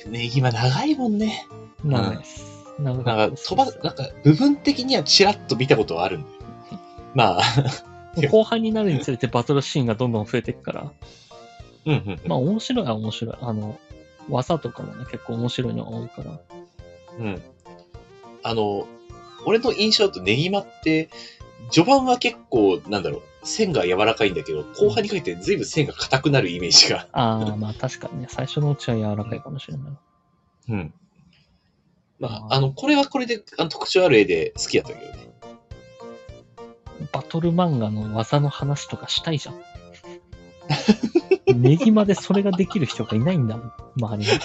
Speaker 2: ね、今長いもんね。
Speaker 1: 長いです。長
Speaker 2: なんか、飛ば、なんか、部分的にはチラッと見たことはあるんだよ。まあ、
Speaker 1: 後半になるにつれてバトルシーンがどんどん増えていくから、
Speaker 2: うんうん
Speaker 1: まあ面白いは面白い。あの、技とかもね、結構面白いのが多いから。
Speaker 2: うん。うん。あの、俺の印象だとネギマって、序盤は結構、なんだろう、線が柔らかいんだけど、後半にかけて随分線が硬くなるイメージが。
Speaker 1: ああ、まあ確かにね、最初のうちは柔らかいかもしれない。
Speaker 2: うん。ま
Speaker 1: あー
Speaker 2: あ、あの、これはこれであの特徴ある絵で好きやったけどね。
Speaker 1: バトル漫画の技の話とかしたいじゃん。ネギまでそれができる人がいないんだもん、周りに。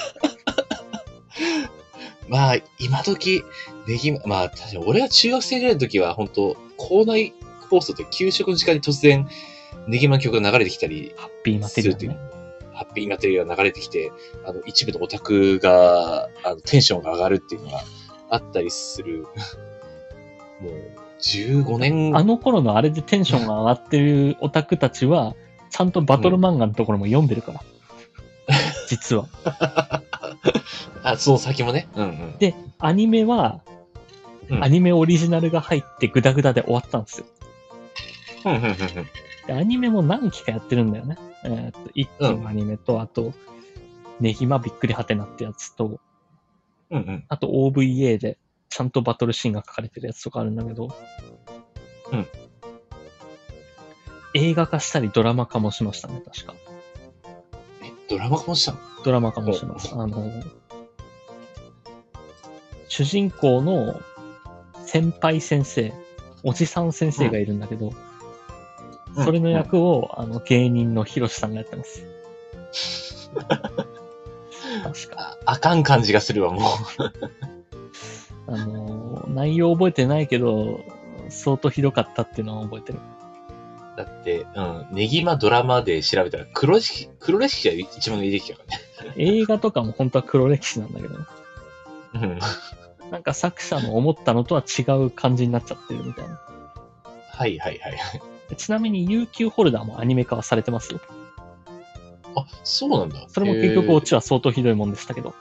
Speaker 2: まあ、今時、ネギマ、まあ、確かに俺が中学生ぐらいの時は、本当校内放送で給食の時間に突然、ネギマの曲が流れてきたり、
Speaker 1: ハッピーマテリアルね。
Speaker 2: ハッピーマテリアルが流れてきて、あの、一部のオタクが、あの、テンションが上がるっていうのがあったりする。 もう、15年、
Speaker 1: あの頃のあれでテンションが上がってるオタクたちは、ちゃんとバトル漫画のところも読んでるから。実は。
Speaker 2: あ、その先もね。うんうん。
Speaker 1: で、アニメは、
Speaker 2: うん
Speaker 1: アニメオリジナルが入ってグダグダで終わったんですよ。
Speaker 2: うんうんうんうん
Speaker 1: でアニメも何期かやってるんだよね。えーっと、一期のアニメと、あと、ネギマびっくりはてなってやつと、
Speaker 2: うんうん。
Speaker 1: あと OVA でちゃんとバトルシーンが書かれてるやつとかあるんだけど、
Speaker 2: うん。
Speaker 1: 映画化したりドラマ化もしましたね、確か。
Speaker 2: え、ドラマ化もしたの
Speaker 1: ドラマ化もします。あの、主人公の先輩先生、おじさん先生がいるんだけど、
Speaker 2: うん
Speaker 1: それの役を、あの芸人のヒロシさんがやって ます。確か。
Speaker 2: ああかん感じがするわ、もう。
Speaker 1: あの、内容覚えてないけど、相当ひどかったっていうのは覚えてる。
Speaker 2: だって、うん、ネギマドラマで調べたら黒歴史、黒歴史が一番の出てきたからね。
Speaker 1: 映画とかも本当は黒歴史なんだけど、
Speaker 2: うん。
Speaker 1: なんか作者の思ったのとは違う感じになっちゃってるみたいな。
Speaker 2: はいはいはい。
Speaker 1: ちなみに UQ ホルダーもアニメ化はされてますよ。
Speaker 2: あ、そうなんだ。
Speaker 1: それも結局オチは相当ひどいもんでしたけど。
Speaker 2: へ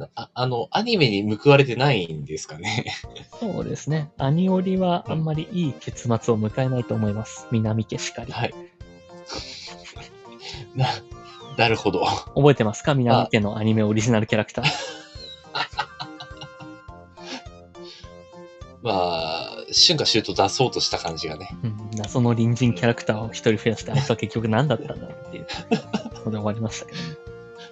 Speaker 2: ーああの、アニメに報われてないんですかね。
Speaker 1: そうですね。アニオリはあんまりいい結末を迎えないと思います。南家しかり。
Speaker 2: はい。な、なるほど。
Speaker 1: 覚えてますか南家のアニメオリジナルキャラクター。
Speaker 2: まあ、春夏秋冬出そうとした感じがね。
Speaker 1: うん、謎の隣人キャラクターを一人増やして、あいつは結局何だったんだっていう。ので終わりましたけどね。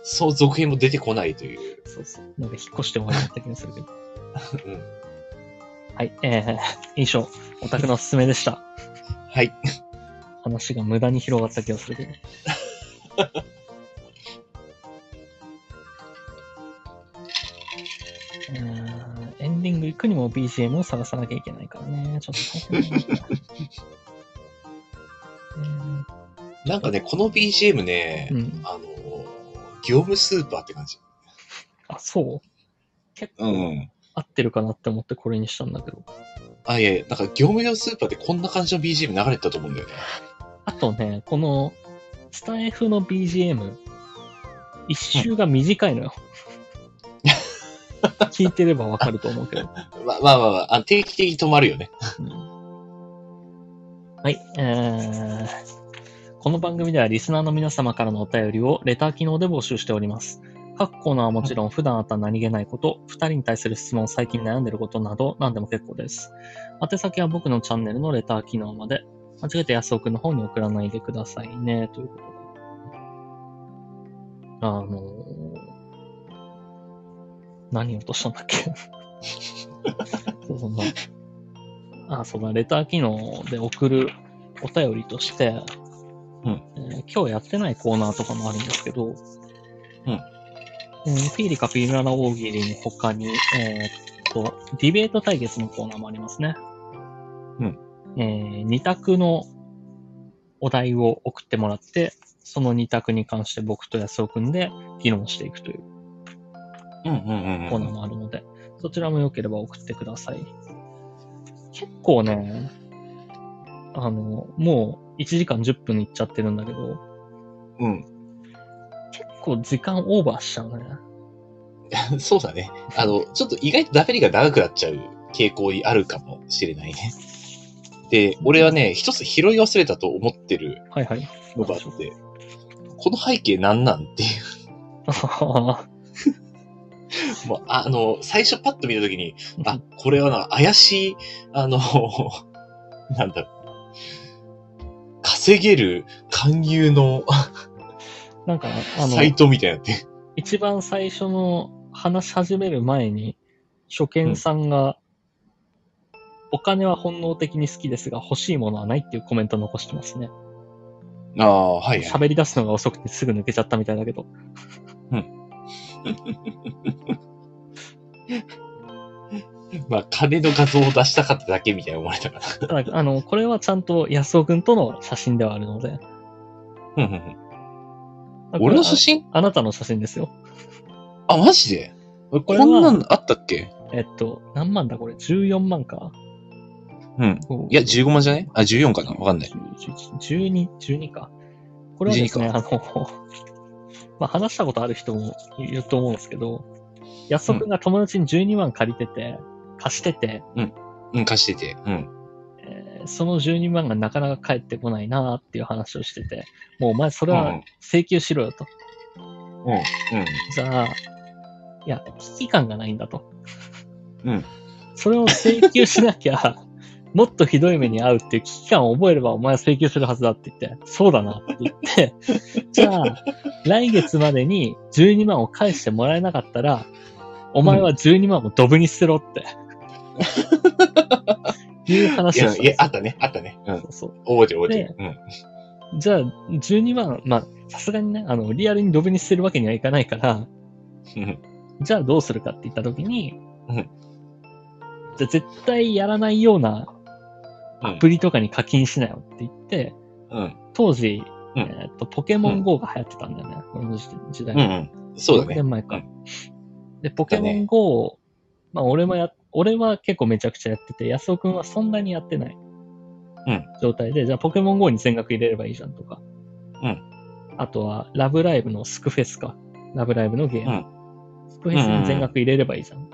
Speaker 2: そう続編も出てこないという。
Speaker 1: そうそう。なんか引っ越して終わりだった気がするけど。
Speaker 2: うん、
Speaker 1: はい。えー、以上、オタクのおすすめでした。
Speaker 2: はい。
Speaker 1: 話が無駄に広がった気がするけど。 うーんエンディング行くにも BGM を探さなきゃいけないからね。ちょっと大変だな
Speaker 2: なんかね、この BGM ね、
Speaker 1: うんうん。
Speaker 2: あの、業務スーパーって感じ。
Speaker 1: あ、そう結構、
Speaker 2: ん。
Speaker 1: 合ってるかなって思ってこれにしたんだけど。
Speaker 2: あ、いやいや、なんか業務用スーパーってこんな感じの BGM 流れてたと思うんだよね。
Speaker 1: あとね、この、スタイフの BGM、一周が短いのよ。聞いてればわかると思うけど。
Speaker 2: まあまあまあまあ、あ定期的に止まるよね。
Speaker 1: はい、えーこの番組ではリスナーの皆様からのお便りをレター機能で募集しております。各コーナーはもちろん普段あった何気ないこと、2人に対する質問、最近悩んでることなど何でも結構です。宛先は僕のチャンネルのレター機能まで、間違えて安尾くんの方に送らないでくださいね、ということで。あのー何を落としたんだっけ そうそうまああ、そうだ、レター機能で送るお便りとして、
Speaker 3: うん
Speaker 1: えー今日やってないコーナーとかもあるんですけど、
Speaker 3: うん
Speaker 1: えーピーリカピーララ大喜利の他に、えーっと、ディベート対決のコーナーもありますね。
Speaker 3: うん
Speaker 1: えー二択のお題を送ってもらって、その二択に関して僕と安尾くんで議論していくという
Speaker 3: うんうん
Speaker 1: コーナーもあるので、そちらも良ければ送ってください。結構ね、あの、もう1時間10分いっちゃってるんだけど、
Speaker 2: うん。
Speaker 1: 結構時間オーバーしちゃうね。
Speaker 2: そうだね。あの、ちょっと意外とダペリが長くなっちゃう傾向にあるかもしれないね。で、俺はね、一つ拾い忘れたと思ってる
Speaker 1: はいはい。
Speaker 2: のがあ って、この背景なんなんっていう。もうあの、最初パッと見たときに、あ、これはな、怪しい、あの、 なんだろう、稼げる勧誘の
Speaker 1: なんか、あ
Speaker 2: サイ
Speaker 1: の、
Speaker 2: トみたいになって。
Speaker 1: 一番最初の話し始める前に、初見さんが、お金は本能的に好きですが、欲しいものはないっていうコメント残してますね。
Speaker 2: ああ、はいはい。
Speaker 1: 喋り出すのが遅くてすぐ抜けちゃったみたいだけど。
Speaker 2: まあ、金の画像を出したかっただけみたいに思われたか
Speaker 1: ただ、あの、これはちゃんと安尾くんとの写真ではあるので。
Speaker 2: ら。うんうんうん俺の写真
Speaker 1: ああなたの写真ですよ。
Speaker 2: あ、マジで俺
Speaker 1: これは
Speaker 2: こんなんあったっけ
Speaker 1: えっと、何万だこれ ?14 万か。
Speaker 2: うん。
Speaker 1: こう
Speaker 2: いや、15万じゃないあ、14かなわかんない。
Speaker 1: 12、12か。これはですね、あの、 まあ、話したことある人もいると思うんですけど、安尾くんが友達に12万借りてて、貸してて、
Speaker 2: うん、貸してて。うん。
Speaker 1: えーその12万がなかなか返ってこないなーっていう話をしてて、もうお前それ
Speaker 2: うんう
Speaker 1: は
Speaker 2: ん
Speaker 1: 請求しろよと。
Speaker 2: う
Speaker 1: じゃあ、いや、危機感がないんだと。
Speaker 2: ん。うん。
Speaker 1: それを請求しなきゃ、 もっとひどい目に遭うっていう危機感を覚えればお前は請求するはずだって言って、そうだなって言って、 じゃあ、来月までに12万を返してもらえなかったら、お前は12万をドブに捨てろっ て。いう
Speaker 2: い
Speaker 1: 話を
Speaker 2: や、
Speaker 1: したん
Speaker 2: い
Speaker 1: で
Speaker 2: や
Speaker 1: す
Speaker 2: あ
Speaker 1: よ
Speaker 2: ったね。あったね。うん。
Speaker 1: そうそう
Speaker 2: 覚えてる覚えてる。うん。
Speaker 1: じゃあ、12万、まあ、さすがにね、あの、リアルにドブに捨てるわけにはいかないから、
Speaker 2: うん
Speaker 1: じゃあどうするかって言ったときに、
Speaker 2: うん
Speaker 1: じゃあ絶対やらないような
Speaker 2: うん
Speaker 1: アプリとかに課金しなよって言って、
Speaker 2: うん。
Speaker 1: 当時、
Speaker 2: うん
Speaker 1: えっと、ポケモン GO が流行ってたんだよね、この時時代
Speaker 2: うんう
Speaker 1: の。
Speaker 2: ん。そうだ
Speaker 1: 6
Speaker 2: ね。
Speaker 1: 年前か。
Speaker 2: うん
Speaker 1: で、ポケモン GO を、まあ俺もや、俺は結構めちゃくちゃやってて、安尾くんはそんなにやってない
Speaker 2: うん
Speaker 1: 状態で、じゃあポケモン GO に全額入れればいいじゃんとか。
Speaker 2: うん
Speaker 1: あとは、ラブライブのスクフェスか。ラブライブのゲーム。
Speaker 2: うん
Speaker 1: スクフェスに全額入れればいいじゃん。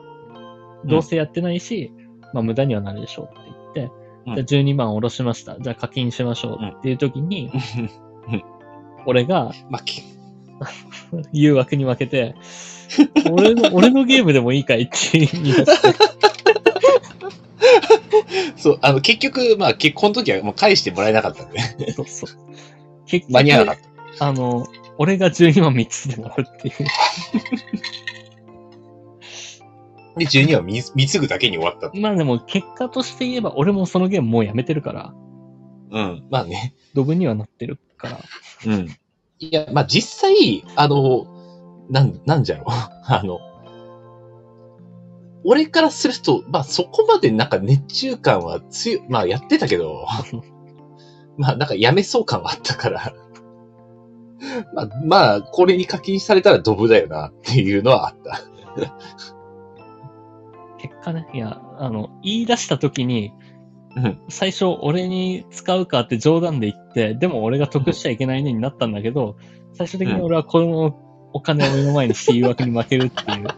Speaker 1: どうせやってないし、まあ無駄にはなるでしょうって言って、
Speaker 2: うん
Speaker 1: じゃあ12万下ろしました。じゃあ課金しましょうっていう時に、俺が
Speaker 2: まあ、き
Speaker 1: 誘惑に負けて、俺 の、俺のゲームでもいいかいって言い出して、
Speaker 2: そう、あの、結局、まあ、結婚の時はもう返してもらえなかったんで、
Speaker 1: そうそう。結局
Speaker 2: 間に合わなかっ
Speaker 1: あの、俺が12万3つでもらうっていう。
Speaker 2: た。で、12は見見継ぐだけに終わった。
Speaker 1: まあでも結果として言えば、俺もそのゲームもうやめてるから、
Speaker 2: うん。まあね。
Speaker 1: ドブにはなってるから。
Speaker 2: うん。いや、まあ、実際、あの、なん、なんじゃろう。 あの、俺からすると、まあ、そこまでなんか熱中感は強い、まあ、やってたけど、 まあ、なんかやめそう感はあったから、 まあ、まあ、これに課金されたらドブだよな、っていうのはあった。
Speaker 1: 結果ね、いや、あの、言い出した時に、
Speaker 2: うん
Speaker 1: 最初俺に使うかって冗談で言って、でも俺が得しちゃいけないねになったんだけど、最終的に俺はこのお金を目の前にして誘惑に負けるっていう、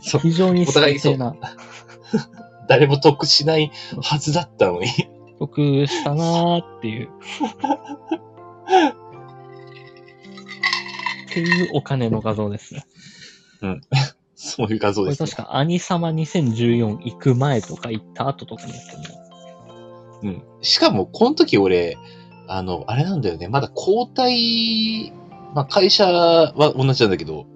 Speaker 2: そう
Speaker 1: 非常に
Speaker 2: お互い
Speaker 1: 最低な
Speaker 2: 誰も得しないはずだったのに。
Speaker 1: 得したなーっていう。っていうお金の画像ですね。
Speaker 2: そういう画像
Speaker 1: こ
Speaker 2: で
Speaker 1: れ
Speaker 2: す、ね
Speaker 1: 確。か、アニ様2014行く前とか行った後とかにやってるね
Speaker 2: うん。しかも、この時俺、あの、あれなんだよね。まだ交代、まあ、会社は同じなんだけど、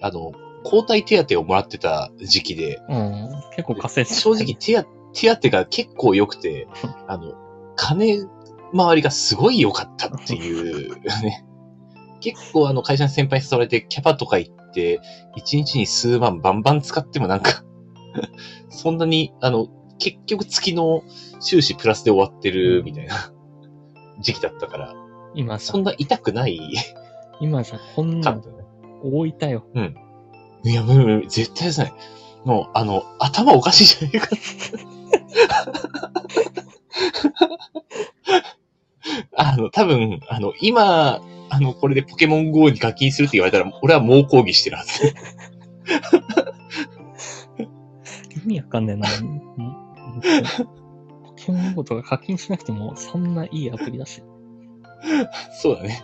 Speaker 2: あの、交代手当をもらってた時期で、
Speaker 1: うん。結構稼いでた
Speaker 2: 正直手当、手当が結構良くて、あの、金回りがすごい良かったっていうね。結構あの会社の先輩に誘われてキャパとか行って、一日に数万バンバン使ってもなんか、 そんなに、あの、結局月の収支プラスで終わってるみたいな時期だったから、
Speaker 1: 今じゃ
Speaker 2: そん、な痛くない
Speaker 1: 今じゃこんな
Speaker 2: 感
Speaker 1: ん
Speaker 2: じだね。
Speaker 1: 大いたよ。
Speaker 2: いや、無理無理無理、絶対ですね。もう、あの、頭おかしいじゃないかって。 あの、多分、あの、今、あの、これでポケモン GO に課金するって言われたら、俺は猛抗議してるはず。
Speaker 1: 意味わかんねえな。うん本当にポケモン GO とか課金しなくても、そんないいアプリだし。
Speaker 2: そうだね。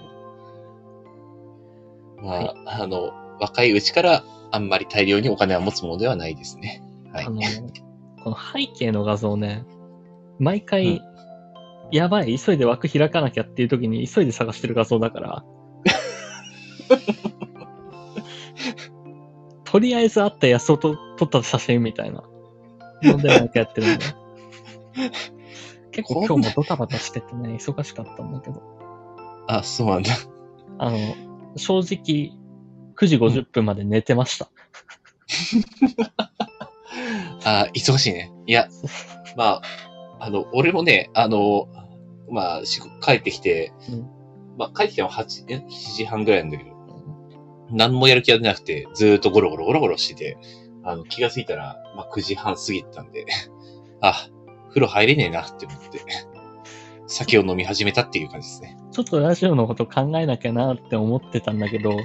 Speaker 2: まあ、あの、若いうちからあんまり大量にお金は持つものではないですね。はい
Speaker 1: あ。の、この背景の画像ね、毎回、やばい、急いで枠開かなきゃっていう時に急いで探してる画像だ から。とりあえずあった安尾と撮った写真みたいなのでなんかやってるんだよ。結構今日もドタバタしててね、忙しかったんだけど。
Speaker 2: あ、そうなんだ。
Speaker 1: あの、正直、9時50分まで寝てました。
Speaker 2: あ、忙しいね。いや、まあ、あの、俺もね、あの、まあ、仕事帰ってきて、
Speaker 1: うん
Speaker 2: まあ、帰ってきても8、え7時半ぐらいなんだけど、何もやる気が出なくて、ずーっとゴロゴロゴロゴロしてて、あの、気がついたら、まあ、9時半過ぎてたんで、 あ、風呂入れねえなって思って、酒を飲み始めたっていう感じですね。
Speaker 1: ちょっとラジオのこと考えなきゃなって思ってたんだけ ど、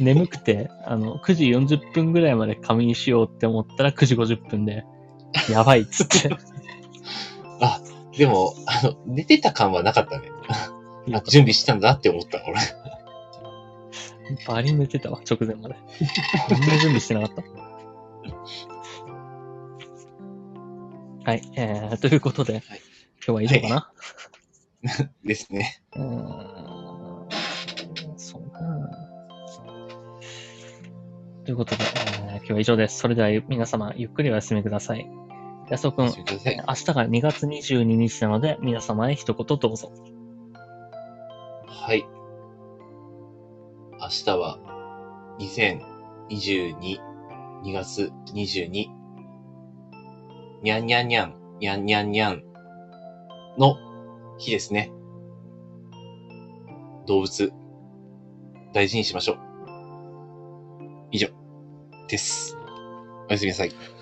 Speaker 1: 眠くて、あの、9時40分ぐらいまで仮眠しようって思ったら9時50分で、やばいっつ って。
Speaker 2: でも、あの、寝てた感は なかったね。あ準備してたんだなって思った、俺。
Speaker 1: バリ寝てたわ、直前まで。何も準備して なかった。はい、えー、ということで、今日は以上かな、
Speaker 2: ですね。
Speaker 1: うーんそうだなということで、えー今日は以上です。それでは皆様、ゆっくりお休みください。安尾くん、
Speaker 2: すみません。
Speaker 1: 明日が2月22日なので、皆様へ一言どうぞ。
Speaker 2: はい。明日は2022、2月22、にゃんにゃんにゃん、にゃんにゃんにゃんの日ですね。動物、大事にしましょう。以上、です。おやすみなさい。